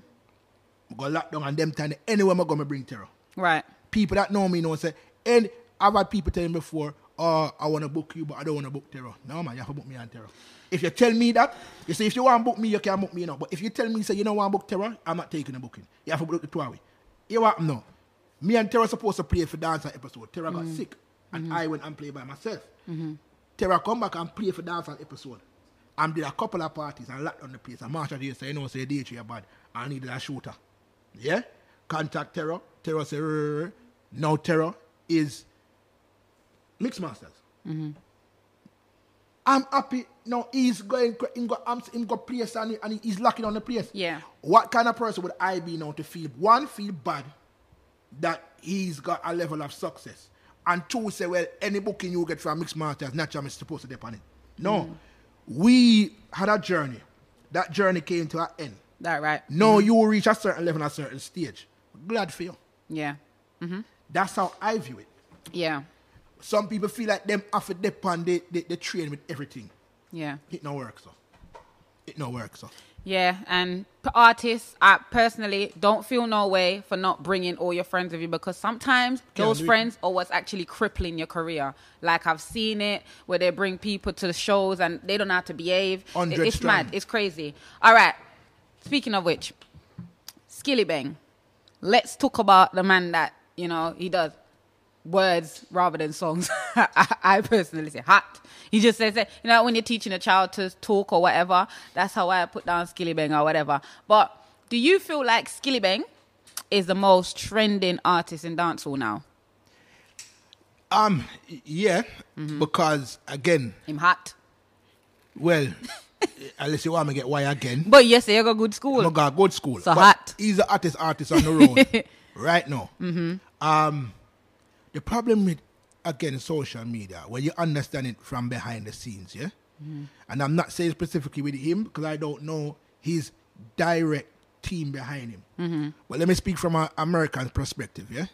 Speaker 2: Go lock down and them time anywhere I'm gonna bring terror
Speaker 1: right.
Speaker 2: people that know me know say, and I've had people tell me before, oh, I want to book you, but I don't want to book Terror. No, man, you have to book me on Terror. If you tell me that, you say, if you want to book me, you can book me now. But if you tell me, say, you don't want to book Terror, I'm not taking the booking. You have to book the two away. You what? No. Me and Terror supposed to play for dancer episode. Terror got sick, and I went and played by myself. Terror come back and play for dancer episode. And did a couple of parties and locked on the place. And Marshall here say, you know, say, DJ, you're bad. I needed a shooter. Yeah? Contact Terror. Terror say, "Rrr, rrr." now Terror is Mixed Masters. I'm happy. Now he's going, him go, I'm, him go place and, he, and he's locking on the place.
Speaker 1: Yeah.
Speaker 2: What kind of person would I be now to feel, one, feel bad that he's got a level of success. And two, say, well, any booking you get from Mixed Masters, naturally, is supposed to depend on it. No. We had a journey. That journey came to an end.
Speaker 1: That right.
Speaker 2: No, you will reach a certain level, a certain stage. Glad for you.
Speaker 1: Yeah,
Speaker 2: That's how I view it.
Speaker 1: yeah,
Speaker 2: Some people feel like them have to depend, they, they, they train with everything.
Speaker 1: yeah.
Speaker 2: It no work, so. it no work. So
Speaker 1: Yeah, and p- artists, I personally don't feel no way for not bringing all your friends with you because sometimes
Speaker 2: Can't
Speaker 1: those
Speaker 2: do it.
Speaker 1: friends are what's actually crippling your career. Like I've seen it where they bring people to the shows and they don't know how to behave. It-
Speaker 2: 100
Speaker 1: it's
Speaker 2: strong.
Speaker 1: mad. It's crazy. All right. Speaking of which, Skilly Bang. Let's talk about the man that you know he does words rather than songs. I, I personally say hot. He just says that you know when you're teaching a child to talk or whatever. That's how I put down Skilly Bang or whatever. But do you feel like Skilly Bang is the most trending artist in dancehall now?
Speaker 2: um y- yeah, because again,
Speaker 1: Him hot.
Speaker 2: well, unless you want me to get why again.
Speaker 1: But yes, you go good
Speaker 2: No
Speaker 1: school.
Speaker 2: got good school.
Speaker 1: So
Speaker 2: But
Speaker 1: hot.
Speaker 2: He's the artist artist on the road right now.
Speaker 1: Mm-hmm.
Speaker 2: Um, the problem with again social media when you understand it from behind the scenes, yeah.
Speaker 1: Mm-hmm.
Speaker 2: And I'm not saying specifically with him because I don't know his direct team behind him.
Speaker 1: Mm-hmm.
Speaker 2: But let me speak from an American perspective, yeah.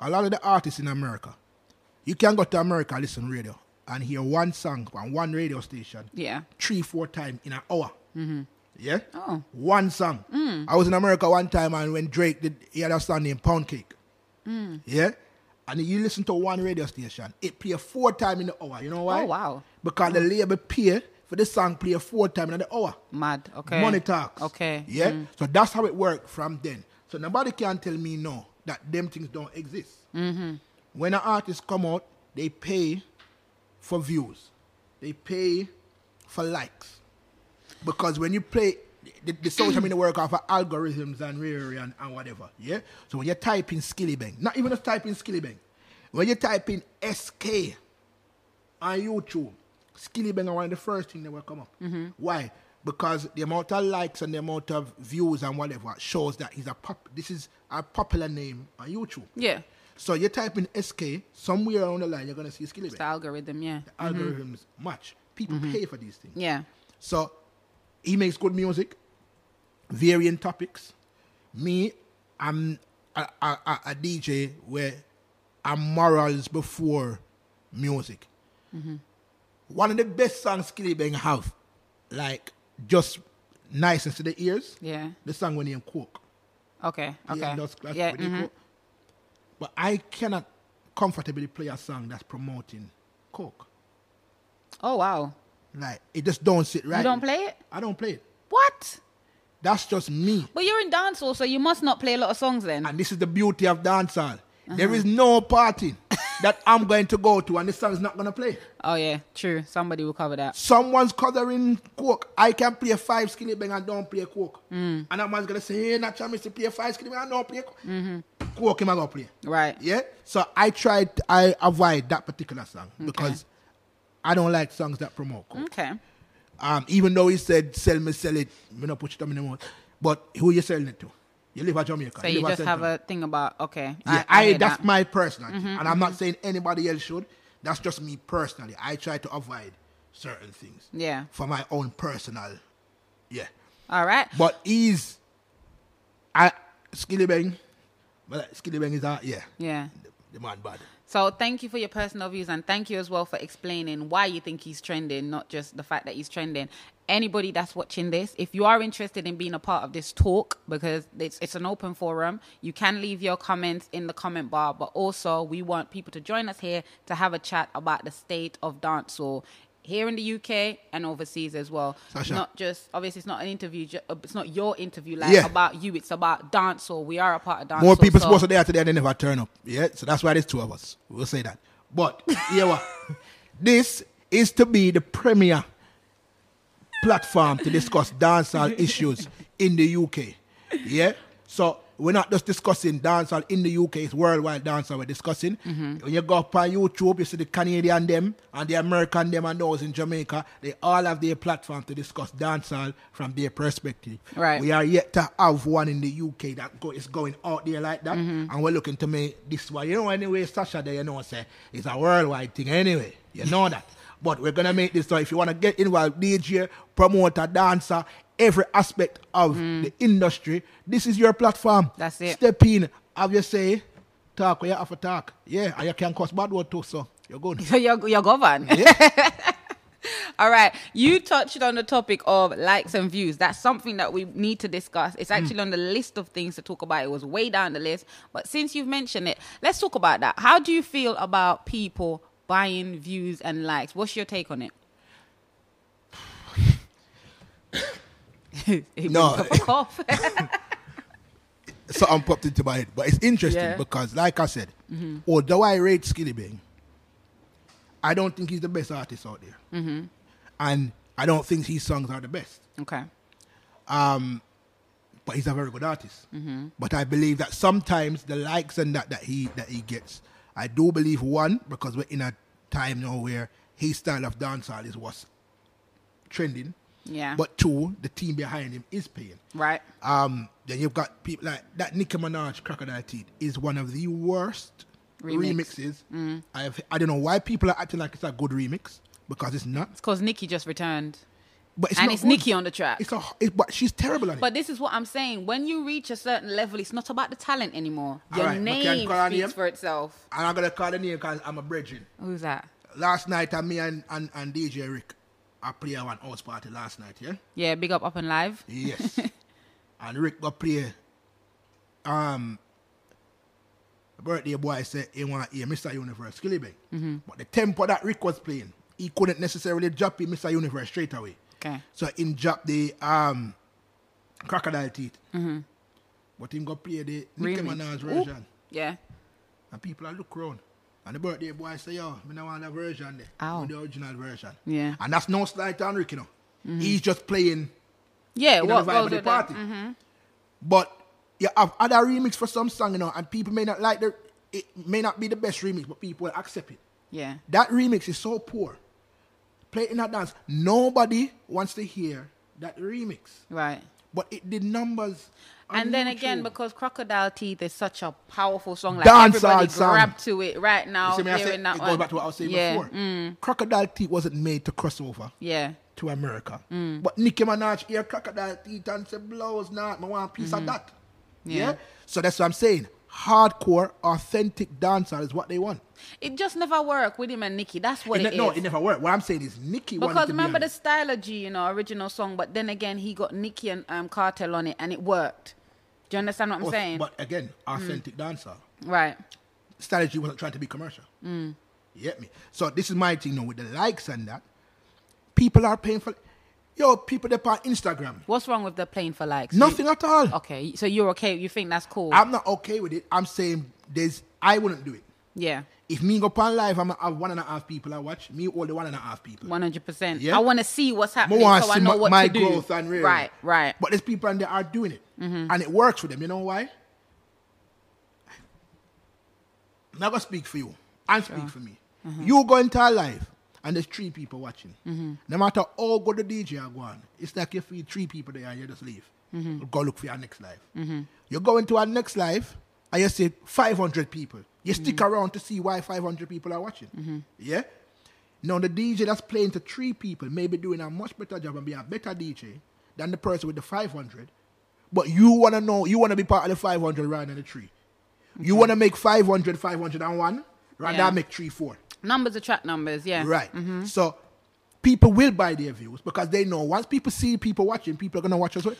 Speaker 2: A lot of the artists in America, you can go to America listen radio and hear one song on one radio station
Speaker 1: Yeah.
Speaker 2: three, four times in an hour. Mm-hmm. Yeah?
Speaker 1: Oh. Mm.
Speaker 2: One song. I was in America one time and when Drake did, he had a song named Pound Cake.
Speaker 1: Mm.
Speaker 2: Yeah? And you listen to one radio station, it play four times in the hour. You know why?
Speaker 1: Oh, wow.
Speaker 2: Because the label pay for the song play four times in the hour.
Speaker 1: Mad. Okay.
Speaker 2: Money talks.
Speaker 1: Okay. Mm.
Speaker 2: Yeah? So that's how it worked from then. So nobody can tell me no, that them things don't exist.
Speaker 1: Mm-hmm.
Speaker 2: When an artist come out, they pay for views. They pay for likes. Because when you play, the, the social media work off of algorithms and rare and, and whatever. Yeah? So when you type in Skilly Bang, not even just type in Skilly Bang, when you type in SK on YouTube, Skilly Bang are one of the first thing that will come up. Why? Because the amount of likes and the amount of views and whatever shows that he's a pop, this is a popular name on YouTube.
Speaker 1: Yeah.
Speaker 2: So you type in SK, somewhere along the line, you're going to see Skilly
Speaker 1: It's the
Speaker 2: Bang.
Speaker 1: algorithm. Yeah.
Speaker 2: Algorithms match. People pay for these things.
Speaker 1: Yeah.
Speaker 2: So he makes good music, varying topics. Me, I'm a, a, a, a DJ where I'm morals before music.
Speaker 1: Mm-hmm.
Speaker 2: One of the best songs Skilly Bang have, like just niceness to the ears.
Speaker 1: Yeah.
Speaker 2: The song when he Coke.
Speaker 1: Okay. Okay.
Speaker 2: Yeah, that's, that's
Speaker 1: yeah.
Speaker 2: what they
Speaker 1: mhm.
Speaker 2: call- But I cannot comfortably play a song that's promoting Coke.
Speaker 1: Oh wow.
Speaker 2: Like it just don't sit right.
Speaker 1: You don't play it?
Speaker 2: I don't play it.
Speaker 1: What?
Speaker 2: That's just me.
Speaker 1: But you're in dancehall, so you must not play a lot of songs then.
Speaker 2: And this is the beauty of dancehall. There is no party that I'm going to go to and this song is not going to play.
Speaker 1: oh yeah, true. Somebody will cover that.
Speaker 2: Someone's covering Coke. I can play five skillet bang and don't play Coke.
Speaker 1: Mm.
Speaker 2: And that man's going to say, hey, not trying to play five skillet bang and don't play Coke.
Speaker 1: Mm-hmm.
Speaker 2: Coke him I going to play.
Speaker 1: Right.
Speaker 2: Yeah. So I tried, I avoid that particular song because I don't like songs that promote Coke.
Speaker 1: Okay.
Speaker 2: Um, even though he said, sell me, sell it, me not put it on in the mouth. But who you selling it to? You live at Jamaica.
Speaker 1: So
Speaker 2: live
Speaker 1: you
Speaker 2: at
Speaker 1: just
Speaker 2: St.
Speaker 1: have
Speaker 2: Thomas.
Speaker 1: a thing about okay.
Speaker 2: Yeah, I,
Speaker 1: hear
Speaker 2: that's
Speaker 1: that.
Speaker 2: my personal, thing. and I'm not saying anybody else should. That's just me personally. I try to avoid certain things
Speaker 1: Yeah.
Speaker 2: for my own personal, yeah.
Speaker 1: All right.
Speaker 2: But he's, I Skilly Bang, but like, Skilly Bang is out, yeah.
Speaker 1: Yeah.
Speaker 2: The, the man bad.
Speaker 1: So thank you for your personal views and thank you as well for explaining why you think he's trending, not just the fact that he's trending. Anybody that's watching this, if you are interested in being a part of this talk, because it's, it's an open forum, you can leave your comments in the comment bar. But also, we want people to join us here to have a chat about the state of dancehall here in the UK and overseas as well.
Speaker 2: Sasha.
Speaker 1: Not just obviously, it's not an interview. ju- uh, It's not your interview, like
Speaker 2: Yeah.
Speaker 1: about you. It's about dancehall. We are a part of dancehall.
Speaker 2: More people
Speaker 1: so-
Speaker 2: supposed to there today and they never turn up, yeah. So that's why there's two of us. We'll say that. But yeah, what? this is to be the premier platform to discuss dancehall issues in the UK. Yeah? So we're not just discussing dancehall in the UK, it's worldwide dancehall we're discussing.
Speaker 1: Mm-hmm.
Speaker 2: When you go up on YouTube, you see the Canadian them and the American them and those in Jamaica, they all have their platform to discuss dancehall from their perspective.
Speaker 1: Right.
Speaker 2: We are yet to have one in the UK that go, is going out there like that
Speaker 1: Mm-hmm.
Speaker 2: and we're looking to make this one. You know, anyway, Sasha there, you know, say it's a worldwide thing anyway. You know that. But we're gonna make this so if you wanna get involved, DJ, promoter, dancer, every aspect of the industry, this is your platform.
Speaker 1: Mm. That's it.
Speaker 2: Step in, have your say, talk where you have to talk. Yeah, and you can cause bad word too, so you're good.
Speaker 1: So you're, you're governed. All right. You touched on the topic of likes and views. That's something that we need to discuss. It's
Speaker 2: Mm.
Speaker 1: actually on the list of things to talk about. It was way down the list. But since you've mentioned it, let's talk about that. How do you feel about people buying views and likes? What's your take on it? It
Speaker 2: No.
Speaker 1: brings up a cough.
Speaker 2: something popped into my head. But it's interesting
Speaker 1: Yeah. Mm-hmm. because,
Speaker 2: because, like I said, although I rate Skinny Bang, I don't think he's the best artist out there,
Speaker 1: Mm-hmm.
Speaker 2: and I don't think his songs are the best.
Speaker 1: okay.
Speaker 2: But he's a very good artist.
Speaker 1: Mm-hmm.
Speaker 2: But I believe that sometimes the likes and that that he that he gets, I do believe one because we're in a time now where his style of dancehall is what's trending.
Speaker 1: Yeah.
Speaker 2: But two, the team behind him is paying.
Speaker 1: Right.
Speaker 2: Um, then you've got people like that. Nicki Minaj, Crocodile Teeth is one of the worst
Speaker 1: Remix. Mm.
Speaker 2: remixes. I've I don't know why people are acting like it's a good remix because it's not.
Speaker 1: It's because Nikki just returned.
Speaker 2: But it's
Speaker 1: and
Speaker 2: not
Speaker 1: it's
Speaker 2: good.
Speaker 1: Nikki on the track.
Speaker 2: It's a it, but she's terrible at it.
Speaker 1: But this is what I'm saying. When you reach a certain level, it's not about the talent anymore.
Speaker 2: All
Speaker 1: Your
Speaker 2: right, we can
Speaker 1: name
Speaker 2: call her
Speaker 1: speaks
Speaker 2: name.
Speaker 1: for itself.
Speaker 2: and I'm gonna call the name because I'm a brethren.
Speaker 1: Who's that?
Speaker 2: Last night, I me and, and and DJ Rick, I play at one house party last night. Yeah.
Speaker 1: Yeah, big up up and live.
Speaker 2: Yes. and Rick go play. Um, birthday boy said he want to hear Mr. Universe Skilly Bang.
Speaker 1: Mm-hmm.
Speaker 2: But the tempo that Rick was playing, he couldn't necessarily drop in Mr. Universe straight away.
Speaker 1: Okay.
Speaker 2: So he drop the um, crocodile teeth. But him go play the Nicki
Speaker 1: Mm-hmm. Remix.
Speaker 2: Minaj
Speaker 1: Oop.
Speaker 2: version.
Speaker 1: Yeah.
Speaker 2: And people are look round. And the birthday boy say, yo, me no want that version there. I
Speaker 1: Ow.
Speaker 2: want The original version.
Speaker 1: Yeah. Mm-hmm.
Speaker 2: And that's no slight on Rick, you know. He's just playing
Speaker 1: Yeah.
Speaker 2: you know,
Speaker 1: What
Speaker 2: the vibe
Speaker 1: goes
Speaker 2: of the
Speaker 1: with that?
Speaker 2: party. But you have other remix for some song, you know, and people may not like the. It may not be the best remix, but people will accept it.
Speaker 1: Yeah.
Speaker 2: That remix is so poor. Play it in that dance. Nobody wants to hear that remix,
Speaker 1: Right.
Speaker 2: but it did numbers. on
Speaker 1: And then again,
Speaker 2: YouTube.
Speaker 1: because Crocodile Teeth is such a powerful song, like
Speaker 2: Dancehall
Speaker 1: everybody
Speaker 2: song.
Speaker 1: grabbed to it right now.
Speaker 2: you see me, I
Speaker 1: hearing
Speaker 2: said,
Speaker 1: that
Speaker 2: it
Speaker 1: one.
Speaker 2: goes back to what I was saying
Speaker 1: yeah.
Speaker 2: before.
Speaker 1: mm,
Speaker 2: Crocodile Teeth wasn't made to cross over
Speaker 1: yeah.
Speaker 2: to America,
Speaker 1: Mm.
Speaker 2: but Nicki Minaj hear Crocodile Teeth and say, "Blows not, I want a piece of that." Yeah.
Speaker 1: Mm-hmm. Yeah.
Speaker 2: So that's what I'm saying. Hardcore, authentic dancer is what they want.
Speaker 1: It just never worked with him and Nikki. That's what
Speaker 2: It
Speaker 1: it is.
Speaker 2: ne- no, it never worked. What I'm saying is Nicki wanted
Speaker 1: Because
Speaker 2: to
Speaker 1: remember
Speaker 2: be
Speaker 1: the style of G, you know, original song, but then again, he got Nicki and um, Cartel on it, and it worked. Do you understand what I'm
Speaker 2: on-
Speaker 1: saying?
Speaker 2: But again,
Speaker 1: Mm.
Speaker 2: authentic dancer.
Speaker 1: right.
Speaker 2: Strategy wasn't trying to be commercial.
Speaker 1: Mm.
Speaker 2: You get me? So this is my thing now with the likes and that. People are paying for yo, people that on Instagram.
Speaker 1: What's wrong with the playing for likes?
Speaker 2: Nothing at all.
Speaker 1: You- okay, so you're okay. You think that's cool?
Speaker 2: I'm not okay with it. I'm saying there's I wouldn't do it.
Speaker 1: yeah,
Speaker 2: If me go on live, I'm gonna have one and a half people I watch. Me all the one and a half people.
Speaker 1: one hundred percent.
Speaker 2: Yeah.
Speaker 1: I want to see what's happening,
Speaker 2: More
Speaker 1: so I
Speaker 2: see
Speaker 1: know
Speaker 2: my,
Speaker 1: what
Speaker 2: my
Speaker 1: to do.
Speaker 2: growth and real.
Speaker 1: Right, right. Mm-hmm.
Speaker 2: But there's people and they are doing it, and it works for them. You know why? I'm not gonna speak for you. I speak for me.
Speaker 1: Mm-hmm.
Speaker 2: You go into a live, and there's three people watching. No matter how good the DJ are going, it's like if you three people there and you just leave.
Speaker 1: Mm-hmm.
Speaker 2: Go look for your next live. You go into our next live, and you see 500 people.
Speaker 1: Mm-hmm.
Speaker 2: You stick around to see why 500 people are watching. Yeah. Now the DJ that's playing to three people may be doing a much better job and be a better DJ than the person with the 500. But you want to know, you want to be part of the 500 rather than the three. You want to make 500, 501 rather
Speaker 1: Mm-hmm. Yeah.
Speaker 2: than make three, four.
Speaker 1: Numbers attract numbers. Yeah. Mm-hmm.
Speaker 2: Right. So people will buy their views because they know once people see people watching, people are going to watch as well.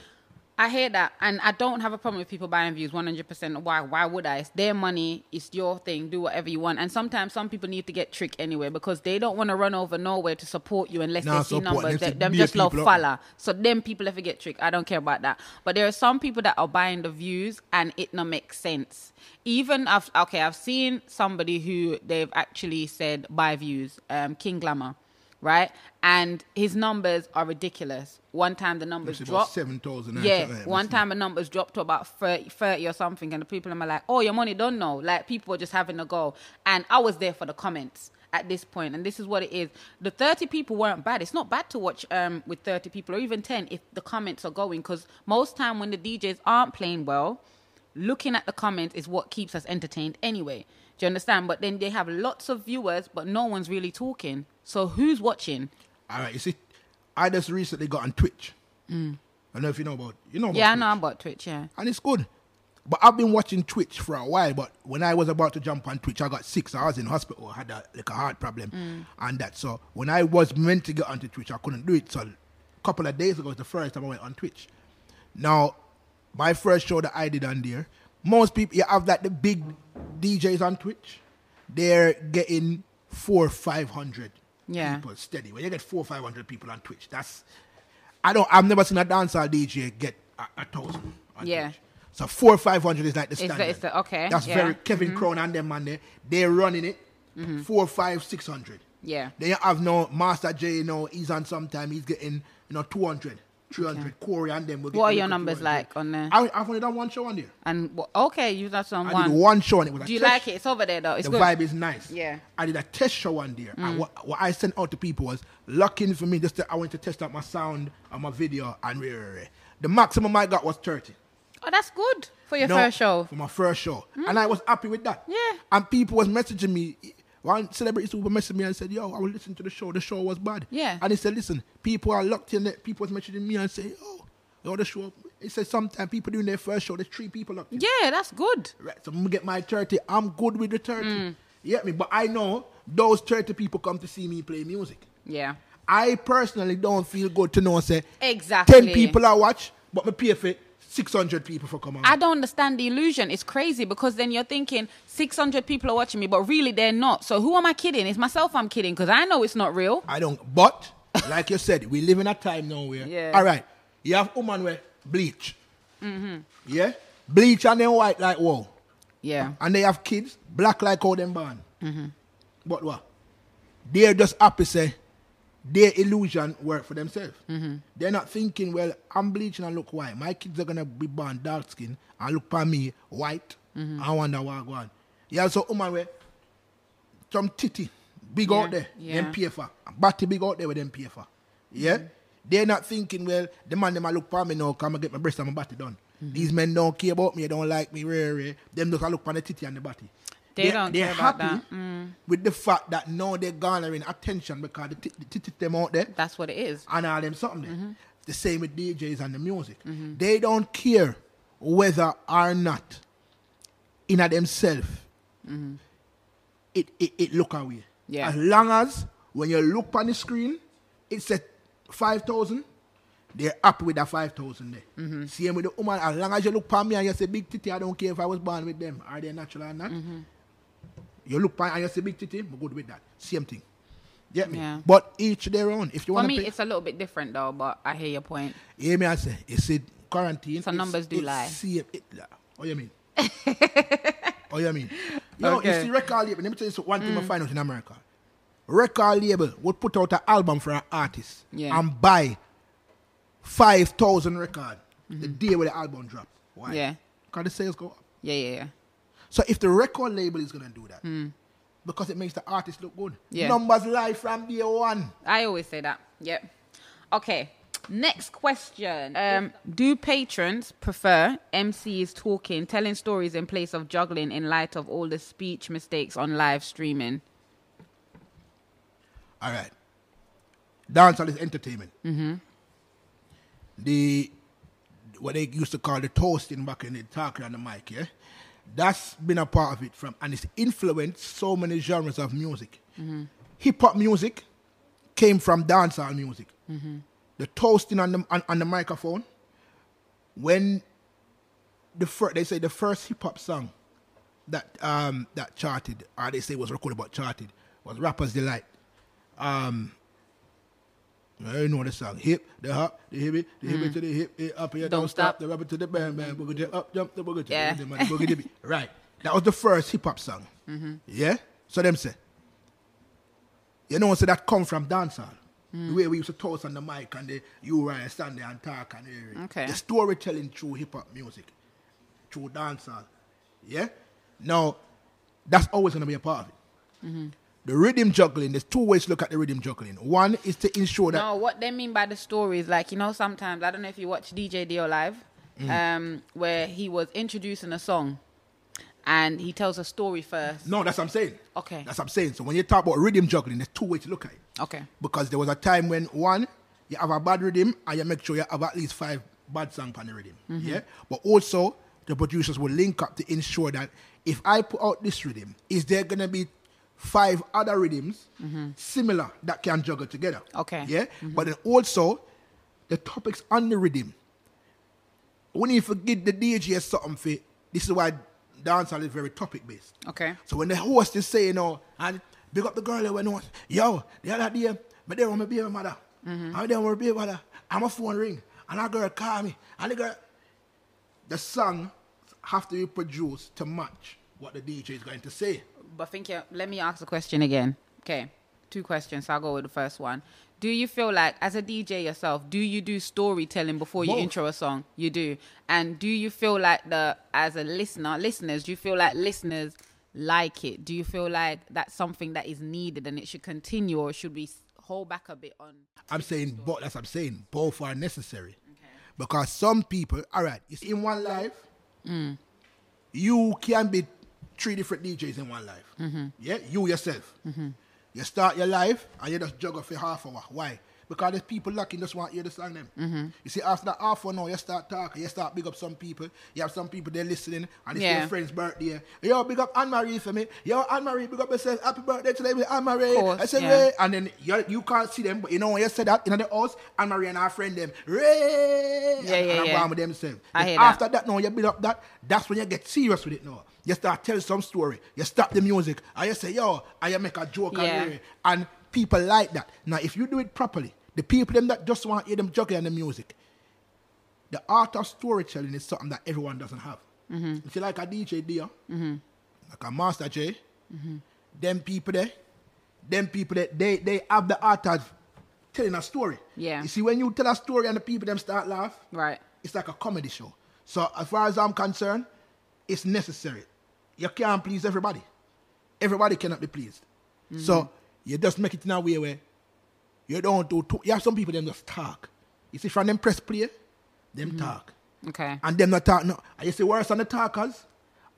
Speaker 1: I hear that, and I don't have a problem with people buying views. One hundred percent. Why? Why would I? It's their money. It's your thing. Do whatever you want. And sometimes some people need to get tricked anyway because they don't want to run over nowhere to support you unless they
Speaker 2: Nah,
Speaker 1: see
Speaker 2: support.
Speaker 1: numbers.
Speaker 2: Them
Speaker 1: They,
Speaker 2: see
Speaker 1: them
Speaker 2: big
Speaker 1: just love
Speaker 2: people, don't they?
Speaker 1: falla. So them people if they get tricked. I don't care about that. But there are some people that are buying the views, and it not make sense. Even I've okay, I've seen somebody who they've actually said buy views. Um, King Glamour. Right, and his numbers are ridiculous. One time the numbers
Speaker 2: It's about
Speaker 1: dropped
Speaker 2: 7,000. and
Speaker 1: yeah,
Speaker 2: something like that.
Speaker 1: one time the numbers dropped to about 30, 30 or something, and the people in my like, oh, your money don't know. Like, people were just having a go. And I was there for the comments at this point, and this is what it is. The 30 people weren't bad. It's not bad to watch um, with 30 people or even 10 if the comments are going, because most time when the DJs aren't playing well, looking at the comments is what keeps us entertained anyway. Do you understand? But then they have lots of viewers, but no one's really talking. So who's watching?
Speaker 2: All right. You see, I just recently got on Twitch. I don't know if you know about You know about
Speaker 1: Mm. yeah, I
Speaker 2: Twitch.
Speaker 1: know I'm about Twitch, yeah.
Speaker 2: and it's good. But I've been watching Twitch for a while. But when I was about to jump on Twitch, I got sick. So I was in hospital, had a, like a heart problem
Speaker 1: Mm.
Speaker 2: and that. So when I was meant to get onto Twitch, I couldn't do it. So a couple of days ago was the first time I went on Twitch. Now, my first show that I did on there, most people, you have like the big DJs on Twitch, they're getting four, 500
Speaker 1: Yeah.
Speaker 2: people steady. When you get four, 500 people on Twitch, that's, I don't, I've never seen a dancehall DJ get a, a thousand. on
Speaker 1: Yeah.
Speaker 2: Twitch. So four, 500 is like the
Speaker 1: the-
Speaker 2: standard.
Speaker 1: it's the- okay,
Speaker 2: That's
Speaker 1: yeah. Mm-hmm.
Speaker 2: very, Kevin Crown and them man there, they're running it. Four, five, six hundred.
Speaker 1: Yeah.
Speaker 2: Then you have no Master J, you know, he's on sometime, he's getting, you know, 200, 300. Corey and them will get
Speaker 1: What are
Speaker 2: look
Speaker 1: your
Speaker 2: at
Speaker 1: numbers
Speaker 2: 200.
Speaker 1: like on there?
Speaker 2: I, I've only done one show on there.
Speaker 1: And wha- okay, you that's on
Speaker 2: I
Speaker 1: one.
Speaker 2: did one show and it was a
Speaker 1: Do you
Speaker 2: test
Speaker 1: like it? It's over there though. It's
Speaker 2: the
Speaker 1: good.
Speaker 2: vibe is nice.
Speaker 1: Yeah. Mm.
Speaker 2: I did a test show one day, and what, what I sent out to people was looking for me. Just to, I went to test out my sound and my video, and re- re- re. the maximum I got was thirty.
Speaker 1: Oh, that's good for your
Speaker 2: No,
Speaker 1: first show. Hmm?
Speaker 2: for my first show, and I was happy with that.
Speaker 1: Yeah.
Speaker 2: and people was messaging me. One celebrities who messaged me and said, "Yo, I will listen to the show. The show was bad."
Speaker 1: Yeah.
Speaker 2: and he said, "Listen, people are locked in. There. People was messaging me and say, oh, yo, the show.' He said, sometimes people doing their first show, there's three people locked in.
Speaker 1: Yeah, Hmm. that's good.
Speaker 2: Right, so I'm gonna get my 30. I'm good with the 30. You get me? But I know those 30 people come to see me play music.
Speaker 1: Yeah.
Speaker 2: I personally don't feel good to know say
Speaker 1: Exactly.
Speaker 2: 10 people I watch, but me pay for it, 600 people for come on.
Speaker 1: I don't understand the illusion. It's crazy because then you're thinking 600 people are watching me, but really they're not. So who am I kidding? It's myself I'm kidding because I know it's not real.
Speaker 2: I don't. But like you said, we live in a time now where.
Speaker 1: Yeah.
Speaker 2: All right. You have woman wear bleach. Yeah. Bleach and then white like wow,
Speaker 1: Yeah.
Speaker 2: and they have kids black like all them born. But what? They're just happy say their illusion work for themselves.
Speaker 1: Mm-hmm.
Speaker 2: They're not thinking, well, I'm bleaching and look white. My kids are gonna be born dark skin and look by me white.
Speaker 1: Mm-hmm.
Speaker 2: I wonder what go on. Yeah, so woman with some titty big out
Speaker 1: Yeah,
Speaker 2: there,
Speaker 1: yeah. Mm-hmm.
Speaker 2: them PFA. Batty big out there with them PFA. Yeah? They're not thinking, well, the man them I look for me now, come and get my breast and my body done.
Speaker 1: Mm-hmm.
Speaker 2: These men don't care about me, they don't like me, rare, rare. Them just a look for the titty and the body.
Speaker 1: They don't
Speaker 2: they're
Speaker 1: care about
Speaker 2: happy
Speaker 1: that.
Speaker 2: with the fact that now they're garnering attention because the tit- the titty them out there
Speaker 1: That's what it is.
Speaker 2: and all them something.
Speaker 1: Mm-hmm.
Speaker 2: The same with DJs and the music. They don't care whether or not in a themselves it, it it look away.
Speaker 1: Mm-hmm. Yeah.
Speaker 2: As long as when you look on the screen, it's at five thousand. They're up with that five thousand there.
Speaker 1: Mm-hmm.
Speaker 2: Same with the woman. As long as you look on me and you say big titty, I don't care if I was born with them. Are they natural or not?
Speaker 1: Mm-hmm.
Speaker 2: You look on and you say big titty, I'm good with that. Same thing. Get me?
Speaker 1: Yeah.
Speaker 2: But each their own. If
Speaker 1: For
Speaker 2: you want
Speaker 1: me,
Speaker 2: pick,
Speaker 1: it's a little bit different though, but I hear your point.
Speaker 2: yeah, me I say it's it quarantine.
Speaker 1: So numbers do
Speaker 2: it's
Speaker 1: lie.
Speaker 2: See it, oh, you mean? oh, you mean? You know, you
Speaker 1: Okay.
Speaker 2: see, record label. Let me tell you so- one
Speaker 1: Mm.
Speaker 2: thing I find out in America. Record label would put out an album for an artist
Speaker 1: Yeah.
Speaker 2: and buy five thousand record the day where the album drop. Why?
Speaker 1: Mm-hmm. Yeah.
Speaker 2: Because the sales go up.
Speaker 1: Yeah, yeah, yeah.
Speaker 2: So if the record label is gonna do that, because it makes the artist look good.
Speaker 1: Mm. Yeah.
Speaker 2: Numbers lie from day one.
Speaker 1: I always say that. Yep. Okay. Next question. Um, do patrons prefer MCs talking, telling stories in place of juggling in light of all the speech mistakes on live streaming?
Speaker 2: All right. Dancehall is entertainment. Mm-hmm. The what they used to call the toasting back in the talking on the mic, yeah. That's been a part of it from, and it's influenced so many genres of music. Hip hop music came from dancehall music. The toasting on the on, on the microphone. When the first, they say the first hip hop song that um that charted, or they say was recorded but charted, was Rapper's Delight. I know the song. Hip, the hop, the hippie, the hippie to the hip, it up here, don't,
Speaker 1: Don't
Speaker 2: stop.
Speaker 1: stop.
Speaker 2: the rubber to the bam, bam, boogie jump, up, jump, the boogie
Speaker 1: Yeah.
Speaker 2: jump, the money, boogie dippy. Right. That was the first hip hop song.
Speaker 1: Mm-hmm.
Speaker 2: Yeah? So them say. You know, so that come from dancehall. The way we used to toss on the mic and the you right stand there and talk and hear it.
Speaker 1: Okay.
Speaker 2: The storytelling through hip hop music, through dancehall. Yeah? Now, that's always gonna be a part of it.
Speaker 1: Mm-hmm.
Speaker 2: The rhythm juggling, there's two ways to look at the rhythm juggling. One is to ensure that
Speaker 1: No, what they mean by the story is like, you know, sometimes, I don't know if you watch DJ Dio Live, um, where he was introducing a song and he tells a story first.
Speaker 2: No, that's what I'm saying.
Speaker 1: Okay.
Speaker 2: That's what I'm saying. So when you talk about rhythm juggling, there's two ways to look at it.
Speaker 1: Okay.
Speaker 2: Because there was a time when one, you have a bad rhythm and you make sure you have at least five bad songs on the rhythm. Yeah. But also the producers will link up to ensure that if I put out this rhythm, is there gonna be five other rhythms similar that can juggle together?
Speaker 1: Okay.
Speaker 2: Yeah. But then also the topics on the rhythm. When you forget the DJ or something for this is why dancehall is very topic based.
Speaker 1: Okay.
Speaker 2: So when the host is saying, oh, and big up the girl that went on, yo, the other day, my there on my baby mother. I'm there on my baby mother. I'm a phone ring. And that girl call me. And the girl, the song have to be produced to match what the DJ is going to say.
Speaker 1: But think you, let me ask the question again. Okay, two questions. I'll go with the first one. Do you feel like, as a DJ yourself, do you do storytelling before you
Speaker 2: Both.
Speaker 1: intro a song? You do. And do you feel like the, as a listener, listeners, do you feel like listeners like it? Do you feel like that's something that is needed and it should continue, or should we s- hold back a bit on?
Speaker 2: I'm saying, but that's what I'm saying. Both are necessary. Because some people, all right, it's in one life.
Speaker 1: Mm.
Speaker 2: You can be three different DJs in one life.
Speaker 1: Mm-hmm.
Speaker 2: Yeah, you yourself. You start your life and you just juggle for half hour. Why? Because there's people lucky just want to hear the song them.
Speaker 1: Mm-hmm.
Speaker 2: You see, after that half hour now, you start talking, you start big up some people. You have some people they're listening and it's
Speaker 1: Yeah.
Speaker 2: their friend's birthday. Yo, big up Anne Marie for me. Yo, Anne Marie, big up yourself. Happy birthday to Anne Marie.
Speaker 1: Course,
Speaker 2: I said,
Speaker 1: yeah.
Speaker 2: "Hey, and then you, you can't see them, but you know when you say that in the house, and Marie and our friend them, Ray,
Speaker 1: Yeah,
Speaker 2: and,
Speaker 1: yeah,
Speaker 2: and
Speaker 1: yeah.
Speaker 2: I'm with themselves.
Speaker 1: I
Speaker 2: Then
Speaker 1: hear that.
Speaker 2: after that. now you build up that, that's when you get serious with it now. You start tell some story, you stop the music, and you say, yo, and you make a joke and
Speaker 1: Yeah.
Speaker 2: lyric. and people like that. Now if you do it properly, the people them that just want to hear them joking and the music, the art of storytelling is something that everyone doesn't have.
Speaker 1: Mm-hmm.
Speaker 2: If you like a DJ dear, like a Master J, them people there, them people there, they, they have the art of telling a story.
Speaker 1: Yeah.
Speaker 2: You see, when you tell a story and the people them start laugh,
Speaker 1: Right.
Speaker 2: it's like a comedy show. So as far as I'm concerned, it's necessary. You can't please everybody. Everybody cannot be pleased. So you just make it in a way where you don't do too, you have some people them just talk. You see, from them press play, them talk.
Speaker 1: Okay.
Speaker 2: And them not talk no. And you see worse than the talkers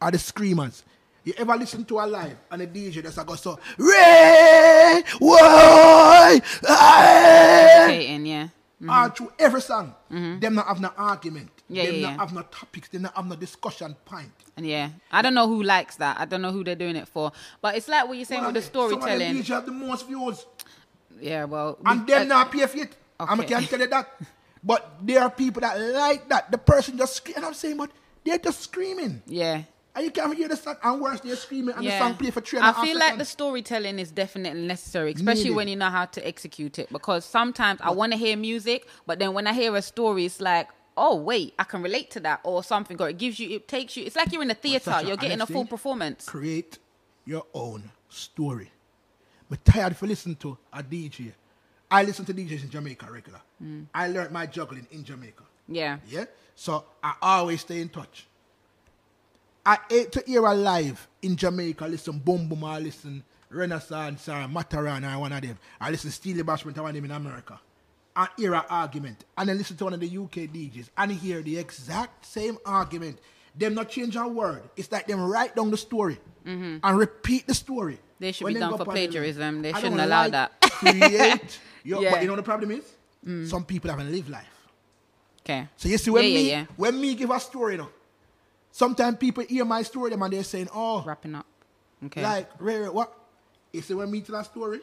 Speaker 2: are the screamers. You ever listen to a live and a DJ that's a go so Ray Why aye,"
Speaker 1: Educating, yeah.
Speaker 2: all through every song. Them not have no argument.
Speaker 1: Mm-hmm. Yeah,
Speaker 2: them
Speaker 1: yeah,
Speaker 2: not
Speaker 1: yeah.
Speaker 2: have no topics, they not have no discussion point.
Speaker 1: And yeah, I don't know who likes that. I don't know who they're doing it for. But it's like what you're saying with the
Speaker 2: Some
Speaker 1: storytelling.
Speaker 2: of the DJ have the most views.
Speaker 1: yeah, well. we-
Speaker 2: And them
Speaker 1: uh,
Speaker 2: not pay for it. I'm
Speaker 1: okay.
Speaker 2: can tell you that. But there are people that like that. The person just scream and I'm saying, but they're just screaming.
Speaker 1: Yeah.
Speaker 2: And you can't hear the song and worse, they're screaming and
Speaker 1: Yeah.
Speaker 2: the song play for three and a
Speaker 1: I
Speaker 2: half
Speaker 1: feel like the
Speaker 2: seconds.
Speaker 1: storytelling is definitely necessary, especially
Speaker 2: Needed.
Speaker 1: when you know how to execute it. Because sometimes I want to hear music, but then when I hear a story, it's like, oh wait, I can relate to that or something. Or it gives you, it takes you. It's like you're in a theater,
Speaker 2: Sasha,
Speaker 1: you're getting a full
Speaker 2: honestly,
Speaker 1: performance.
Speaker 2: Create your own story. I'm tired for listening to a DJ. I listen to DJs in Jamaica regular. I learned my juggling in Jamaica.
Speaker 1: Yeah.
Speaker 2: Yeah? So I always stay in touch. I hate to hear a live in Jamaica, listen Boom Boom, I listen Renaissance or Mataran or one of them. I listen Steely Bashment, I one of them in America. And hear an argument. And then listen to one of the UK DJs and hear the exact same argument. Them not change a word. It's like them write down the story and repeat the story.
Speaker 1: Mm-hmm. They should
Speaker 2: When
Speaker 1: be
Speaker 2: them
Speaker 1: done
Speaker 2: go
Speaker 1: for
Speaker 2: up on the-
Speaker 1: plagiarism. They
Speaker 2: I don't
Speaker 1: shouldn't allow
Speaker 2: like
Speaker 1: that.
Speaker 2: create your,
Speaker 1: Yeah. Mm.
Speaker 2: but you know what the problem is? Some people haven't lived life.
Speaker 1: Okay.
Speaker 2: So you see, when
Speaker 1: Yeah, yeah,
Speaker 2: me
Speaker 1: yeah.
Speaker 2: when me give a story, now, sometimes people hear my story them and they're saying, "Oh,
Speaker 1: Wrapping up. Okay. Mm-hmm.
Speaker 2: like rare what?" You see, when me tell a story,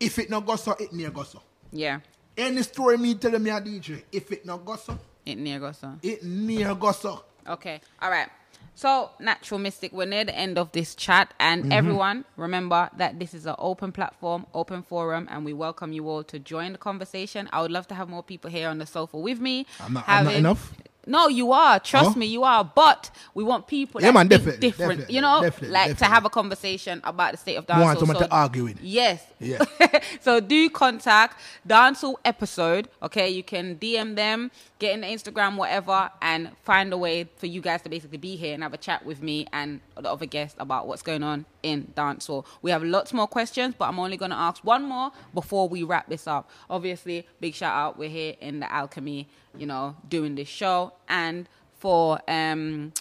Speaker 2: if it not go so, it near go so.
Speaker 1: yeah.
Speaker 2: Any story me tell me a DJ, if it not go so,
Speaker 1: It near goes on.
Speaker 2: it near go so.
Speaker 1: Okay. All right. So, Natural Mystic, we're near the end of this chat.
Speaker 2: Mm-hmm.
Speaker 1: And everyone, remember that this is an open platform, open forum, and we welcome you all to join the conversation. I would love to have more people here on the sofa with me.
Speaker 2: I'm not- I'm not enough?
Speaker 1: No, you are. Trust
Speaker 2: Oh.
Speaker 1: me, you are. But we want people
Speaker 2: Yeah,
Speaker 1: that
Speaker 2: man,
Speaker 1: think
Speaker 2: definitely,
Speaker 1: different,
Speaker 2: definitely,
Speaker 1: you know,
Speaker 2: definitely,
Speaker 1: like to
Speaker 2: definitely.
Speaker 1: have a conversation about the state of
Speaker 2: want
Speaker 1: dancehall.
Speaker 2: someone to argue with.
Speaker 1: Yes.
Speaker 2: Yeah.
Speaker 1: so do contact Dancehall episode. Okay, you can DM them, get in the Instagram, whatever, and find a way for you guys to basically be here and have a chat with me and the other guests about what's going on in Dancehall. We have lots more questions, but I'm only gonna ask one more before we wrap this up. Obviously, big shout out. We're here in the Alchemy, you know, doing this show and for um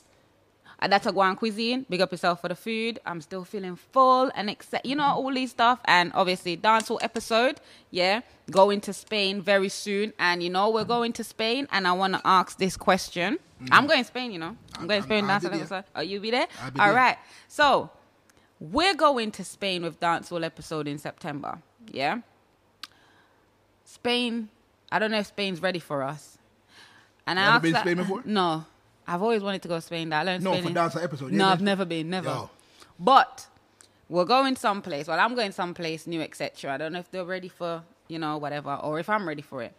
Speaker 1: At that Taguan cuisine, big up yourself for the food. I'm still feeling full and except you know all these stuff. And obviously, dancehall episode. Yeah, going to Spain very soon. And you know we're going to Spain. And I want to ask this question. I'm going to Spain. You know, I'm,
Speaker 2: Mm-hmm. I'm-
Speaker 1: going to Spain.
Speaker 2: I'm- I'll be
Speaker 1: dancehall
Speaker 2: there.
Speaker 1: episode. Oh, you be there?
Speaker 2: I'll be
Speaker 1: All
Speaker 2: there.
Speaker 1: right. So we're going to Spain with dancehall episode in September. Yeah. Spain. I don't know if Spain's ready for us. And I
Speaker 2: You ever
Speaker 1: asked
Speaker 2: been to
Speaker 1: that-
Speaker 2: Spain before?
Speaker 1: No, I've always wanted to go to Spain. That I learned
Speaker 2: No,
Speaker 1: Spain
Speaker 2: for
Speaker 1: in-
Speaker 2: dancehall episode, you
Speaker 1: No,
Speaker 2: ain't
Speaker 1: I've
Speaker 2: been-
Speaker 1: never been, never.
Speaker 2: Yo.
Speaker 1: But we're going someplace. Well, I'm going someplace new, etc. I don't know if they're ready for you know whatever, or if I'm ready for it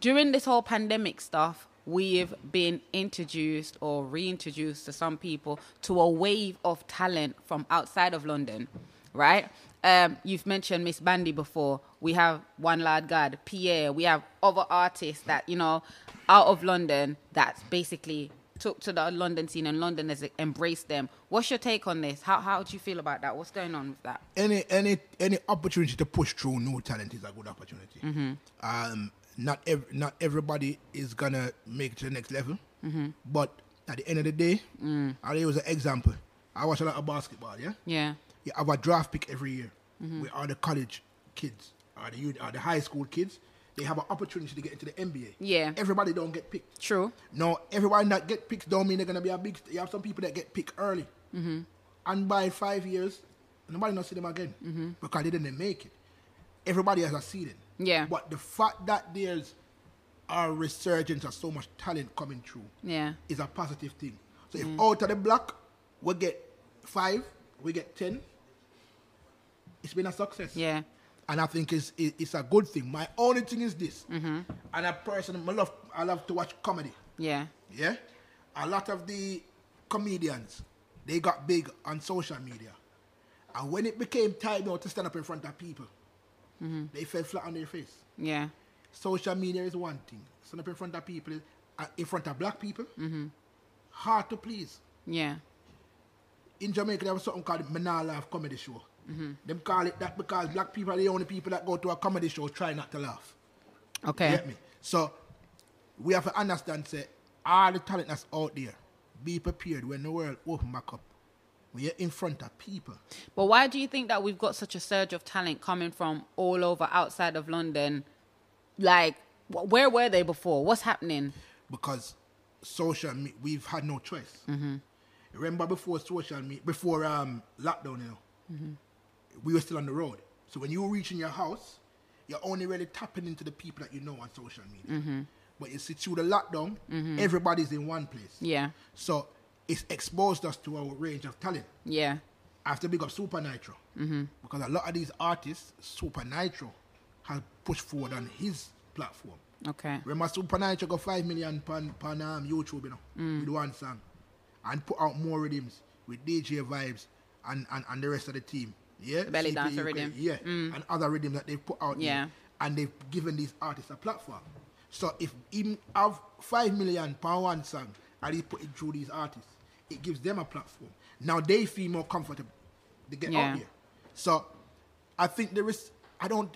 Speaker 1: during this whole pandemic stuff, we've been introduced or reintroduced to some people to a wave of talent from outside of London, right? Um, you've mentioned Miss Bandy before. We have One Lad God, Pierre. We have other artists that, you know, out of London that's basically took to the London scene and London has embraced them. What's your take on this? How, how do you feel about that? What's going on with that?
Speaker 2: any any any opportunity to push through new talent is a good opportunity.
Speaker 1: Mm-hmm.
Speaker 2: Um, not ev- not everybody is gonna make it to the next level,
Speaker 1: Mm-hmm.
Speaker 2: but at the end of the day,
Speaker 1: Mm.
Speaker 2: I'll use an example. I watch a lot of basketball. Yeah,
Speaker 1: Yeah.
Speaker 2: you have a draft pick every year
Speaker 1: Mm-hmm.
Speaker 2: with all the college kids, or the uni- or the high school kids. They have an opportunity to get into the NBA.
Speaker 1: Yeah.
Speaker 2: everybody don't get picked.
Speaker 1: True.
Speaker 2: No, everyone that get picked don't mean they're gonna be a big. You have some people that get picked early, mm-hmm. and by five years, nobody not see them again
Speaker 1: Mm-hmm.
Speaker 2: because they didn't make it. Everybody has a ceiling.
Speaker 1: Yeah.
Speaker 2: But the fact that there's a resurgence of so much talent coming through
Speaker 1: Yeah.
Speaker 2: is a positive thing. So if out of the block we get five, we get ten, it's been a success
Speaker 1: Yeah.
Speaker 2: and I think it's it- it's a good thing. My only thing is this, and I personally I love I love to watch comedy.
Speaker 1: Yeah.
Speaker 2: Yeah, a lot of the comedians they got big on social media, and when it became time now to stand up in front of people, they fell flat on their face.
Speaker 1: Yeah.
Speaker 2: Social media is one thing. Stand up in front of people, uh, in front of black people, Mm-hmm. hard to please
Speaker 1: Yeah.
Speaker 2: in Jamaica there was something called Manala Laugh Comedy Show. Mm-hmm. Them call it that because black people are the only people that go to a comedy show try not to laugh.
Speaker 1: Okay.
Speaker 2: You get me? So we have to understand say all the talent that's out there, be prepared when the world open back up. When you're in front of people.
Speaker 1: But why do you think that we've got such a surge of talent coming from all over outside of London? Like, wh- where were they before? What's happening?
Speaker 2: because social me- we've had no choice. Mm-hmm. Remember before social media, before um lockdown, you know, Mm-hmm. we were still on the road. So when you were reaching your house, you're only really tapping into the people that you know on social media. But you see, through the lockdown, everybody's in one place.
Speaker 1: Yeah,
Speaker 2: So it's exposed us to a range of talent.
Speaker 1: yeah,
Speaker 2: I have to big up Super Nitro because a lot of these artists, Super Nitro, has pushed forward on his platform.
Speaker 1: okay,
Speaker 2: Remember Super Nitro got 5 million pan, pan um, YouTube, you know,
Speaker 1: Mm.
Speaker 2: with one song. And put out more rhythms with DJ Vibes and, and, and the rest of the team. Yeah?
Speaker 1: Belly
Speaker 2: CP
Speaker 1: dancer
Speaker 2: UK,
Speaker 1: rhythm. Mm.
Speaker 2: Yeah. And other rhythms that they've put out there.
Speaker 1: Yeah.
Speaker 2: And they've given these artists a platform. So if him have 5 million per one song and he put it through these artists, it gives them a platform. Now they feel more comfortable. They get
Speaker 1: Yeah.
Speaker 2: out there. Oh, So I think there is. I don't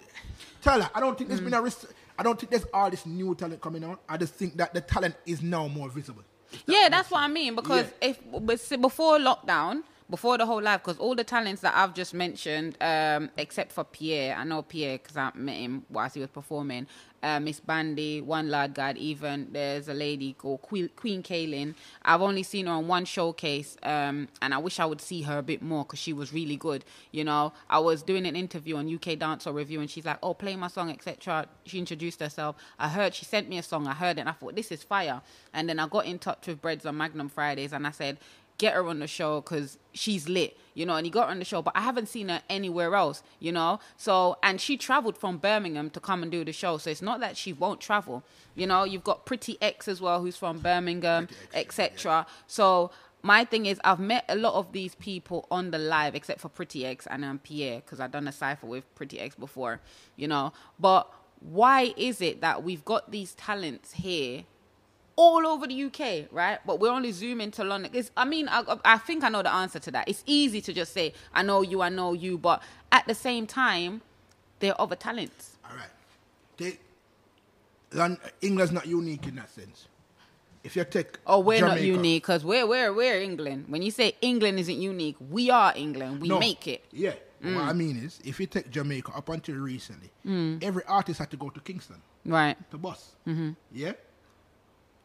Speaker 2: tell her. I don't
Speaker 1: Mm.
Speaker 2: think there's been a risk. I don't think there's all this new talent coming out. I just think that the talent is now more visible.
Speaker 1: yeah. That's what I mean because if but see, before lockdown, before the whole life, because all the talents that I've just mentioned, um, except for Pierre, I know Pierre because I met him whilst he was performing. Uh, Miss Bandy, one lad guard, even there's a lady called Queen, Queen Kaylin. I've only seen her on one showcase, um, and I wish I would see her a bit more because she was really good. You know, I was doing an interview on UK Dance or Review, and she's like, "Oh, play my song, etc." She introduced herself. I heard she sent me a song. I heard it, and I thought, "This is fire." And then I got in touch with Breads on Magnum Fridays, and I said, "Get her on the show because she's lit," you know. And he got her on the show, but I haven't seen her anywhere else, you know. So, and she traveled from Birmingham to come and do the show, so it's not that she won't travel, you know. You've got Pretty X as well, who's from Birmingham, etc. So my thing is I've met a lot of these people on the live, except for Pretty X and um, Pierre, because I've done a cipher with Pretty X before, you know. But why is it that we've got these talents here? All over the UK, right? But we're only zooming to London. It's, I mean, I, I think I know the answer to that. It's easy to just say, I know you, I know you, but at the same time, there are other talents.
Speaker 2: All right. They, Lon- England's not unique in that sense. If you take
Speaker 1: Oh, we're not
Speaker 2: Jamaica-
Speaker 1: unique because we're we're we're England. When you say England isn't unique, we are England. We
Speaker 2: No.
Speaker 1: make it. Mm.
Speaker 2: Yeah. What I mean is, if you take Jamaica up until recently, every artist had to go to Kingston
Speaker 1: Right.
Speaker 2: to bus. Yeah.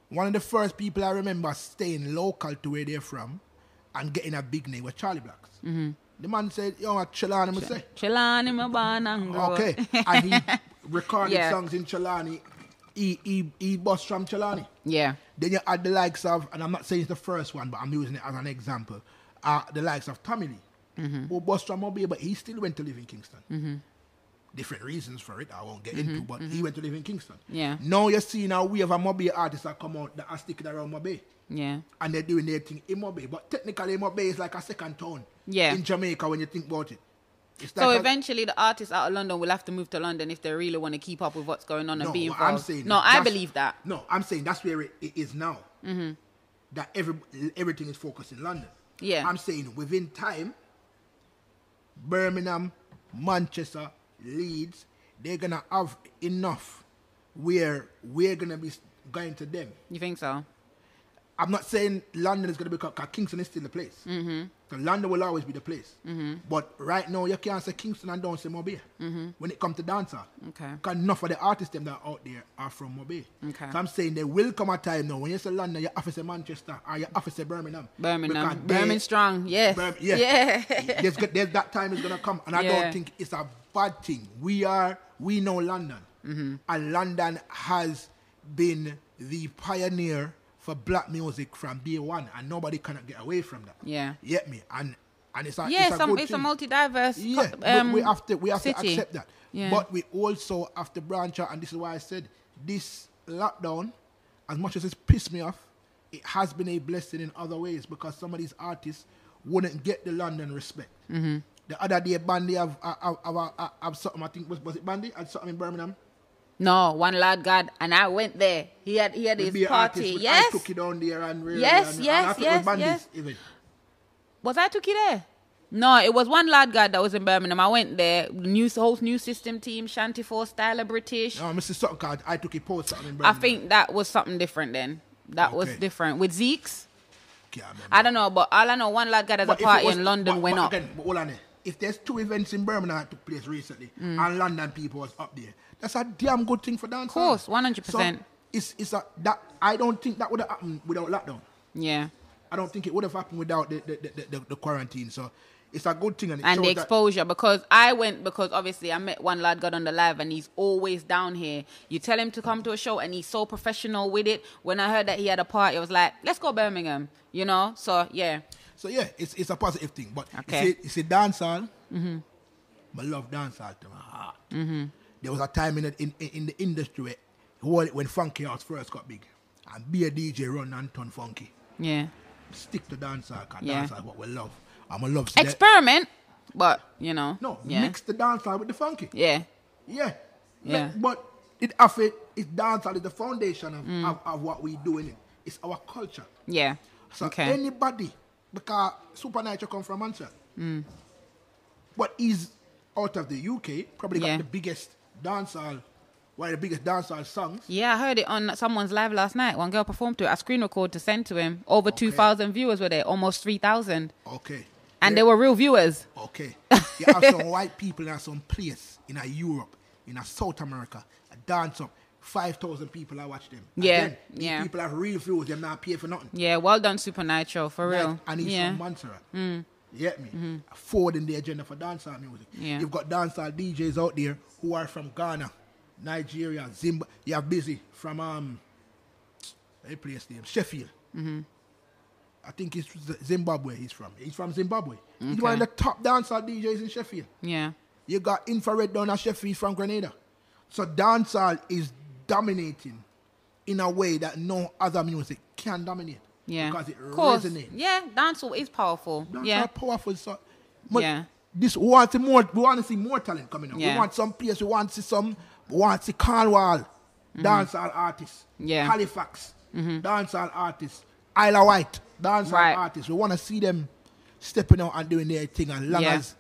Speaker 2: One of the first people I remember staying local to where they're from and getting a big name was Charlie Blacks. The man said, "Yo, I Chelani, me say."
Speaker 1: Chilani Mabanango.
Speaker 2: Okay, and he recorded
Speaker 1: Yeah.
Speaker 2: songs in Chelani. He he he bust from Chelani.
Speaker 1: Yeah.
Speaker 2: Then you had the likes of, and I'm not saying it's the first one, but I'm using it as an example. Uh, the likes of Tommy Lee,
Speaker 1: Mm-hmm.
Speaker 2: who bust from Mobile, but he still went to live in Kingston. Different reasons for it, I won't get into, but he went to live in Kingston.
Speaker 1: Mm-hmm. Yeah.
Speaker 2: Now you're seeing how we have a Mobile artist that come out that are sticking around Mobile.
Speaker 1: Yeah.
Speaker 2: And they're doing their thing in Mobile. But technically, Mobile is like a second town
Speaker 1: Yeah.
Speaker 2: in Jamaica when you think about it. It's
Speaker 1: So
Speaker 2: like a-
Speaker 1: eventually, the artists out of London will have to move to London if they really want to keep up with what's going on and be
Speaker 2: what
Speaker 1: involved.
Speaker 2: I'm saying
Speaker 1: no,
Speaker 2: is
Speaker 1: I
Speaker 2: that's-
Speaker 1: believe that. Mm-hmm.
Speaker 2: No, I'm saying that's where it, it is now. That every everything is focused in London.
Speaker 1: Yeah.
Speaker 2: I'm saying within time, Birmingham, Manchester, Leeds, they're gonna have enough where we're gonna be s- going to them.
Speaker 1: You think so?
Speaker 2: I'm not saying London is going to become, because Kingston is still the place. Mm-hmm. So London will always be the place. Mm-hmm. But right now, you can't say Kingston and don't say Mobile when it comes to dancer.
Speaker 1: Mm-hmm. Okay.
Speaker 2: Because enough of the artists them that are out there are from Mobile.
Speaker 1: Okay.
Speaker 2: So I'm saying there will come a time now when you say London, you have to say Manchester or you have to say Birmingham.
Speaker 1: Birmingham.
Speaker 2: Because they-
Speaker 1: Birmingham strong. Yes.
Speaker 2: Birm- yeah.
Speaker 1: yeah.
Speaker 2: there's, go- there's that time is gonna come, and I
Speaker 1: Yeah.
Speaker 2: don't think it's a bad thing. We are we know London,
Speaker 1: Mm-hmm.
Speaker 2: and London has been the pioneer for black music from day one, and nobody cannot get away from that.
Speaker 1: Yeah.
Speaker 2: you get me? And and it's a
Speaker 1: Yeah,
Speaker 2: it's a
Speaker 1: some-
Speaker 2: good
Speaker 1: it's a
Speaker 2: thing.
Speaker 1: multi-diverse. co-
Speaker 2: Yeah, we-
Speaker 1: um,
Speaker 2: we have to we have to
Speaker 1: city.
Speaker 2: accept that.
Speaker 1: Yeah.
Speaker 2: But we also have to branch out, and this is why I said this lockdown, as much as it's pissed me off, it has been a blessing in other ways because some of these artists wouldn't get the London respect.
Speaker 1: Mm-hmm.
Speaker 2: The other day, Bandy have uh, have, have, have, have something. I think was, was it Bandy had something in Birmingham.
Speaker 1: No, one lad God, and I went there. He had he had
Speaker 2: The
Speaker 1: his
Speaker 2: beer
Speaker 1: party.
Speaker 2: artist with
Speaker 1: yes.
Speaker 2: I took it down there and really
Speaker 1: Yes,
Speaker 2: and,
Speaker 1: yes,
Speaker 2: and I think
Speaker 1: yes,
Speaker 2: it was Bandy's
Speaker 1: yes.
Speaker 2: event.
Speaker 1: Was I Tuki there? No, it was one lad guy that was in Birmingham. I went there. New whole new system team, Shanty Four styler British.
Speaker 2: No, Mr. Sutton, 'cause I took a post something in
Speaker 1: I
Speaker 2: Birmingham.
Speaker 1: think that was something different then. That was
Speaker 2: Okay.
Speaker 1: different. With Zeke's?
Speaker 2: Can't remember.
Speaker 1: I don't know, but all I know one lad got at a
Speaker 2: But if it
Speaker 1: party
Speaker 2: was-
Speaker 1: in London
Speaker 2: but-
Speaker 1: went
Speaker 2: but
Speaker 1: up.
Speaker 2: Again, but hold on there. If there's two events in Birmingham that took place recently
Speaker 1: Mm.
Speaker 2: and London people was up there, that's a damn good thing for dancing. Of
Speaker 1: course, 100%.
Speaker 2: it's it's a that I don't think that would have happened without lockdown.
Speaker 1: yeah.
Speaker 2: I don't think it would have happened without the the, the, the, the quarantine. So it's a good thing and, it
Speaker 1: and the
Speaker 2: shows that-
Speaker 1: exposure because I went because obviously I met one lad got on the live and he's always down here. You tell him to come to a show and he's so professional with it. When I heard that he had a party, I was like, let's go Birmingham, you know. So yeah,
Speaker 2: So yeah, it's it's a positive thing. But
Speaker 1: Okay. Mm-hmm.
Speaker 2: you see, you see dancehall. I love dancehall to my heart. There was a time in the, in, in in the industry where when- when funky house first got big, and be a DJ run and turn funky.
Speaker 1: yeah,
Speaker 2: stick to dancehall. Cause
Speaker 1: Yeah.
Speaker 2: dancehall is what we love. I'm a love. so that-
Speaker 1: experiment, but you know,
Speaker 2: No,
Speaker 1: yeah,
Speaker 2: mix the dancehall with the funky.
Speaker 1: yeah,
Speaker 2: Yeah.
Speaker 1: Yeah.
Speaker 2: Let- but it affect it dancehall is the foundation of,
Speaker 1: Mm.
Speaker 2: of, of what we do in it. It's our culture.
Speaker 1: yeah.
Speaker 2: So
Speaker 1: okay,
Speaker 2: anybody because Supernatural come from Manchester.
Speaker 1: Mm.
Speaker 2: But he's out of the UK, probably
Speaker 1: Yeah.
Speaker 2: got the biggest dancehall one of the biggest dancehall songs.
Speaker 1: yeah, I heard it on someone's live last night. One girl performed to it. I screen record to send to him. Over two thousand viewers were there, almost three thousand,
Speaker 2: Okay.
Speaker 1: and
Speaker 2: Yeah.
Speaker 1: they were real viewers.
Speaker 2: Okay. You have some white people in some place in a Europe, in a South America, a dance up. Five thousand people I watch them.
Speaker 1: Yeah,
Speaker 2: Again, these
Speaker 1: yeah.
Speaker 2: People have real views, they're not pay for nothing.
Speaker 1: Yeah, well done, Super Nitro, for
Speaker 2: Right?
Speaker 1: real.
Speaker 2: And he's
Speaker 1: yeah. Mm. Mm-hmm.
Speaker 2: from Montserrat. You get me? Forwarding the agenda for dancehall music.
Speaker 1: Yeah.
Speaker 2: You've got dancehall DJs out there who are from Ghana, Nigeria, Zimbabwe. You're busy from um a place name, Sheffield.
Speaker 1: Mm-hmm.
Speaker 2: I think it's Z- Zimbabwe he's from. He's from Zimbabwe. He's one of the top dancehall DJs in Sheffield.
Speaker 1: Yeah.
Speaker 2: You got infrared down at Sheffield from Grenada. So dancehall is dominating in a way that no other music can dominate.
Speaker 1: Yeah.
Speaker 2: Because it
Speaker 1: Course.
Speaker 2: resonates.
Speaker 1: Yeah, dancehall is powerful.
Speaker 2: Dancehall
Speaker 1: yeah.
Speaker 2: powerful. So, but
Speaker 1: Yeah.
Speaker 2: This we want to more. We want to see more talent coming up.
Speaker 1: Yeah.
Speaker 2: We want some peers. We want to see some. We want to see Cornwall dancehall artists.
Speaker 1: Mm-hmm. Yeah. Mm-hmm.
Speaker 2: Halifax dancehall artists. Isla of Wight dancehall
Speaker 1: Right.
Speaker 2: artists. We want to see them stepping out and doing their thing. And long
Speaker 1: Yeah.
Speaker 2: as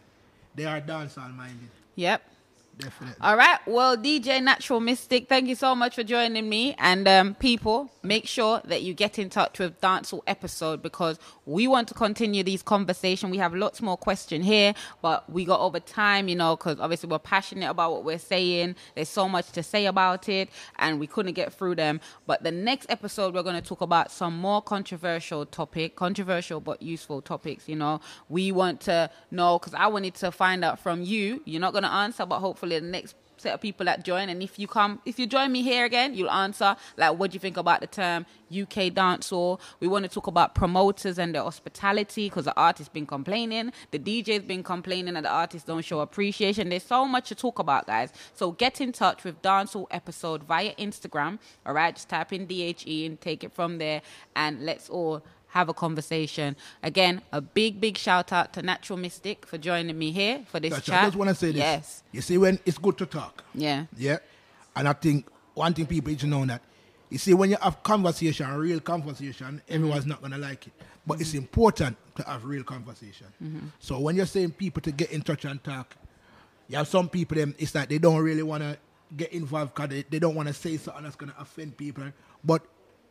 Speaker 2: they are dancehall minded.
Speaker 1: Yep.
Speaker 2: Definitely.
Speaker 1: All right. Well, DJ Natural Mystic, thank you so much for joining me. And um, people, make sure that you get in touch with Dancehall episode because we want to continue these conversation. We have lots more question here, but we got over time, you know, because obviously we're passionate about what we're saying. There's so much to say about it, and we couldn't get through them. But the next episode, we're going to talk about some more controversial topic, controversial but useful topics. You know, we want to know because I wanted to find out from you. You're not going to answer, but hopefully the next set of people that join and if you come if you join me here again you'll answer like what do you think about the term uk dancehall we want to talk about promoters and their hospitality because the artist's been complaining the dj's been complaining that the artists don't show appreciation there's so much to talk about guys so get in touch with dancehall episode via instagram all right just type in dhe and take it from there and let's all have a conversation. Again, a big, big shout out to Natural Mystic for joining me here for this
Speaker 2: Gotcha.
Speaker 1: chat.
Speaker 2: I just want to say this.
Speaker 1: Yes.
Speaker 2: You see, when it's good to talk.
Speaker 1: Yeah.
Speaker 2: Yeah. And I think one thing people need to know that you see when you have conversation, real conversation, everyone's not gonna like it. But it's important to have real conversation. So when you're saying people to get in touch and talk, you have some people them it's like they don't really wanna get involved because they, they don't wanna say something that's gonna offend people. But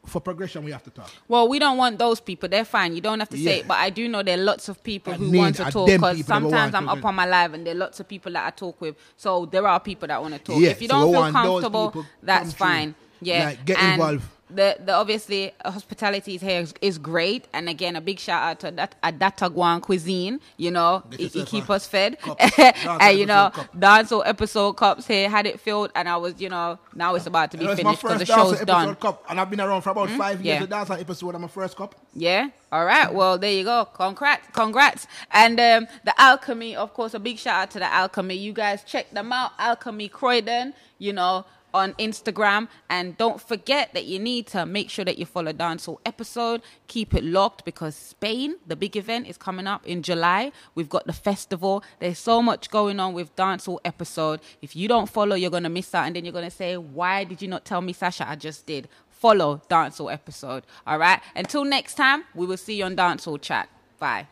Speaker 2: for progression we have to talk.
Speaker 1: Well, we don't want those people. They're fine. You don't have to say
Speaker 2: Yeah.
Speaker 1: it, but I do know there are lots of people
Speaker 2: I
Speaker 1: who
Speaker 2: mean,
Speaker 1: want to
Speaker 2: are
Speaker 1: talk
Speaker 2: them
Speaker 1: because
Speaker 2: people that
Speaker 1: sometimes
Speaker 2: want
Speaker 1: I'm
Speaker 2: to
Speaker 1: up
Speaker 2: do-
Speaker 1: on my live and there are lots of people that I talk with. So there are people that want to talk.
Speaker 2: Yeah,
Speaker 1: if you
Speaker 2: so
Speaker 1: don't
Speaker 2: we
Speaker 1: feel
Speaker 2: want those
Speaker 1: comfortable,
Speaker 2: people
Speaker 1: that's
Speaker 2: come through.
Speaker 1: fine. Yeah,
Speaker 2: Like, get
Speaker 1: And
Speaker 2: involved.
Speaker 1: The, the obviously uh, hospitality is here is, is great, and again a big shout out to that Adataguan cuisine. You know,
Speaker 2: Get
Speaker 1: it, it
Speaker 2: yourself
Speaker 1: keep
Speaker 2: a
Speaker 1: us fed,
Speaker 2: cup.
Speaker 1: and you
Speaker 2: Dancehall
Speaker 1: know,
Speaker 2: episode cup.
Speaker 1: dancehall episode cups here had it filled, and I was you know now it's about to be
Speaker 2: You know, it's my
Speaker 1: finished because the
Speaker 2: first Dancer
Speaker 1: show's
Speaker 2: episode
Speaker 1: done. Mm-hmm.
Speaker 2: cup and I've been around for about five years.
Speaker 1: Yeah.
Speaker 2: The Dancer episode of my first cup.
Speaker 1: Yeah. All right. Well, there you go. Congrats. Congrats. And um, the Alchemy, of course, a big shout out to the Alchemy. You guys check them out. Alchemy Croydon, you know, on Instagram. And don't forget that you need to make sure that you follow Dancehall episode. Keep it locked because Spain, the big event, is coming up in July. We've got the festival. There's so much going on with Dancehall episode. If you don't follow, you're going to miss out. And then you're going to say, why did you not tell me, Sasha? I just did follow Dancehall episode. All right. Until next time, we will see you on Dancehall Chat. Bye.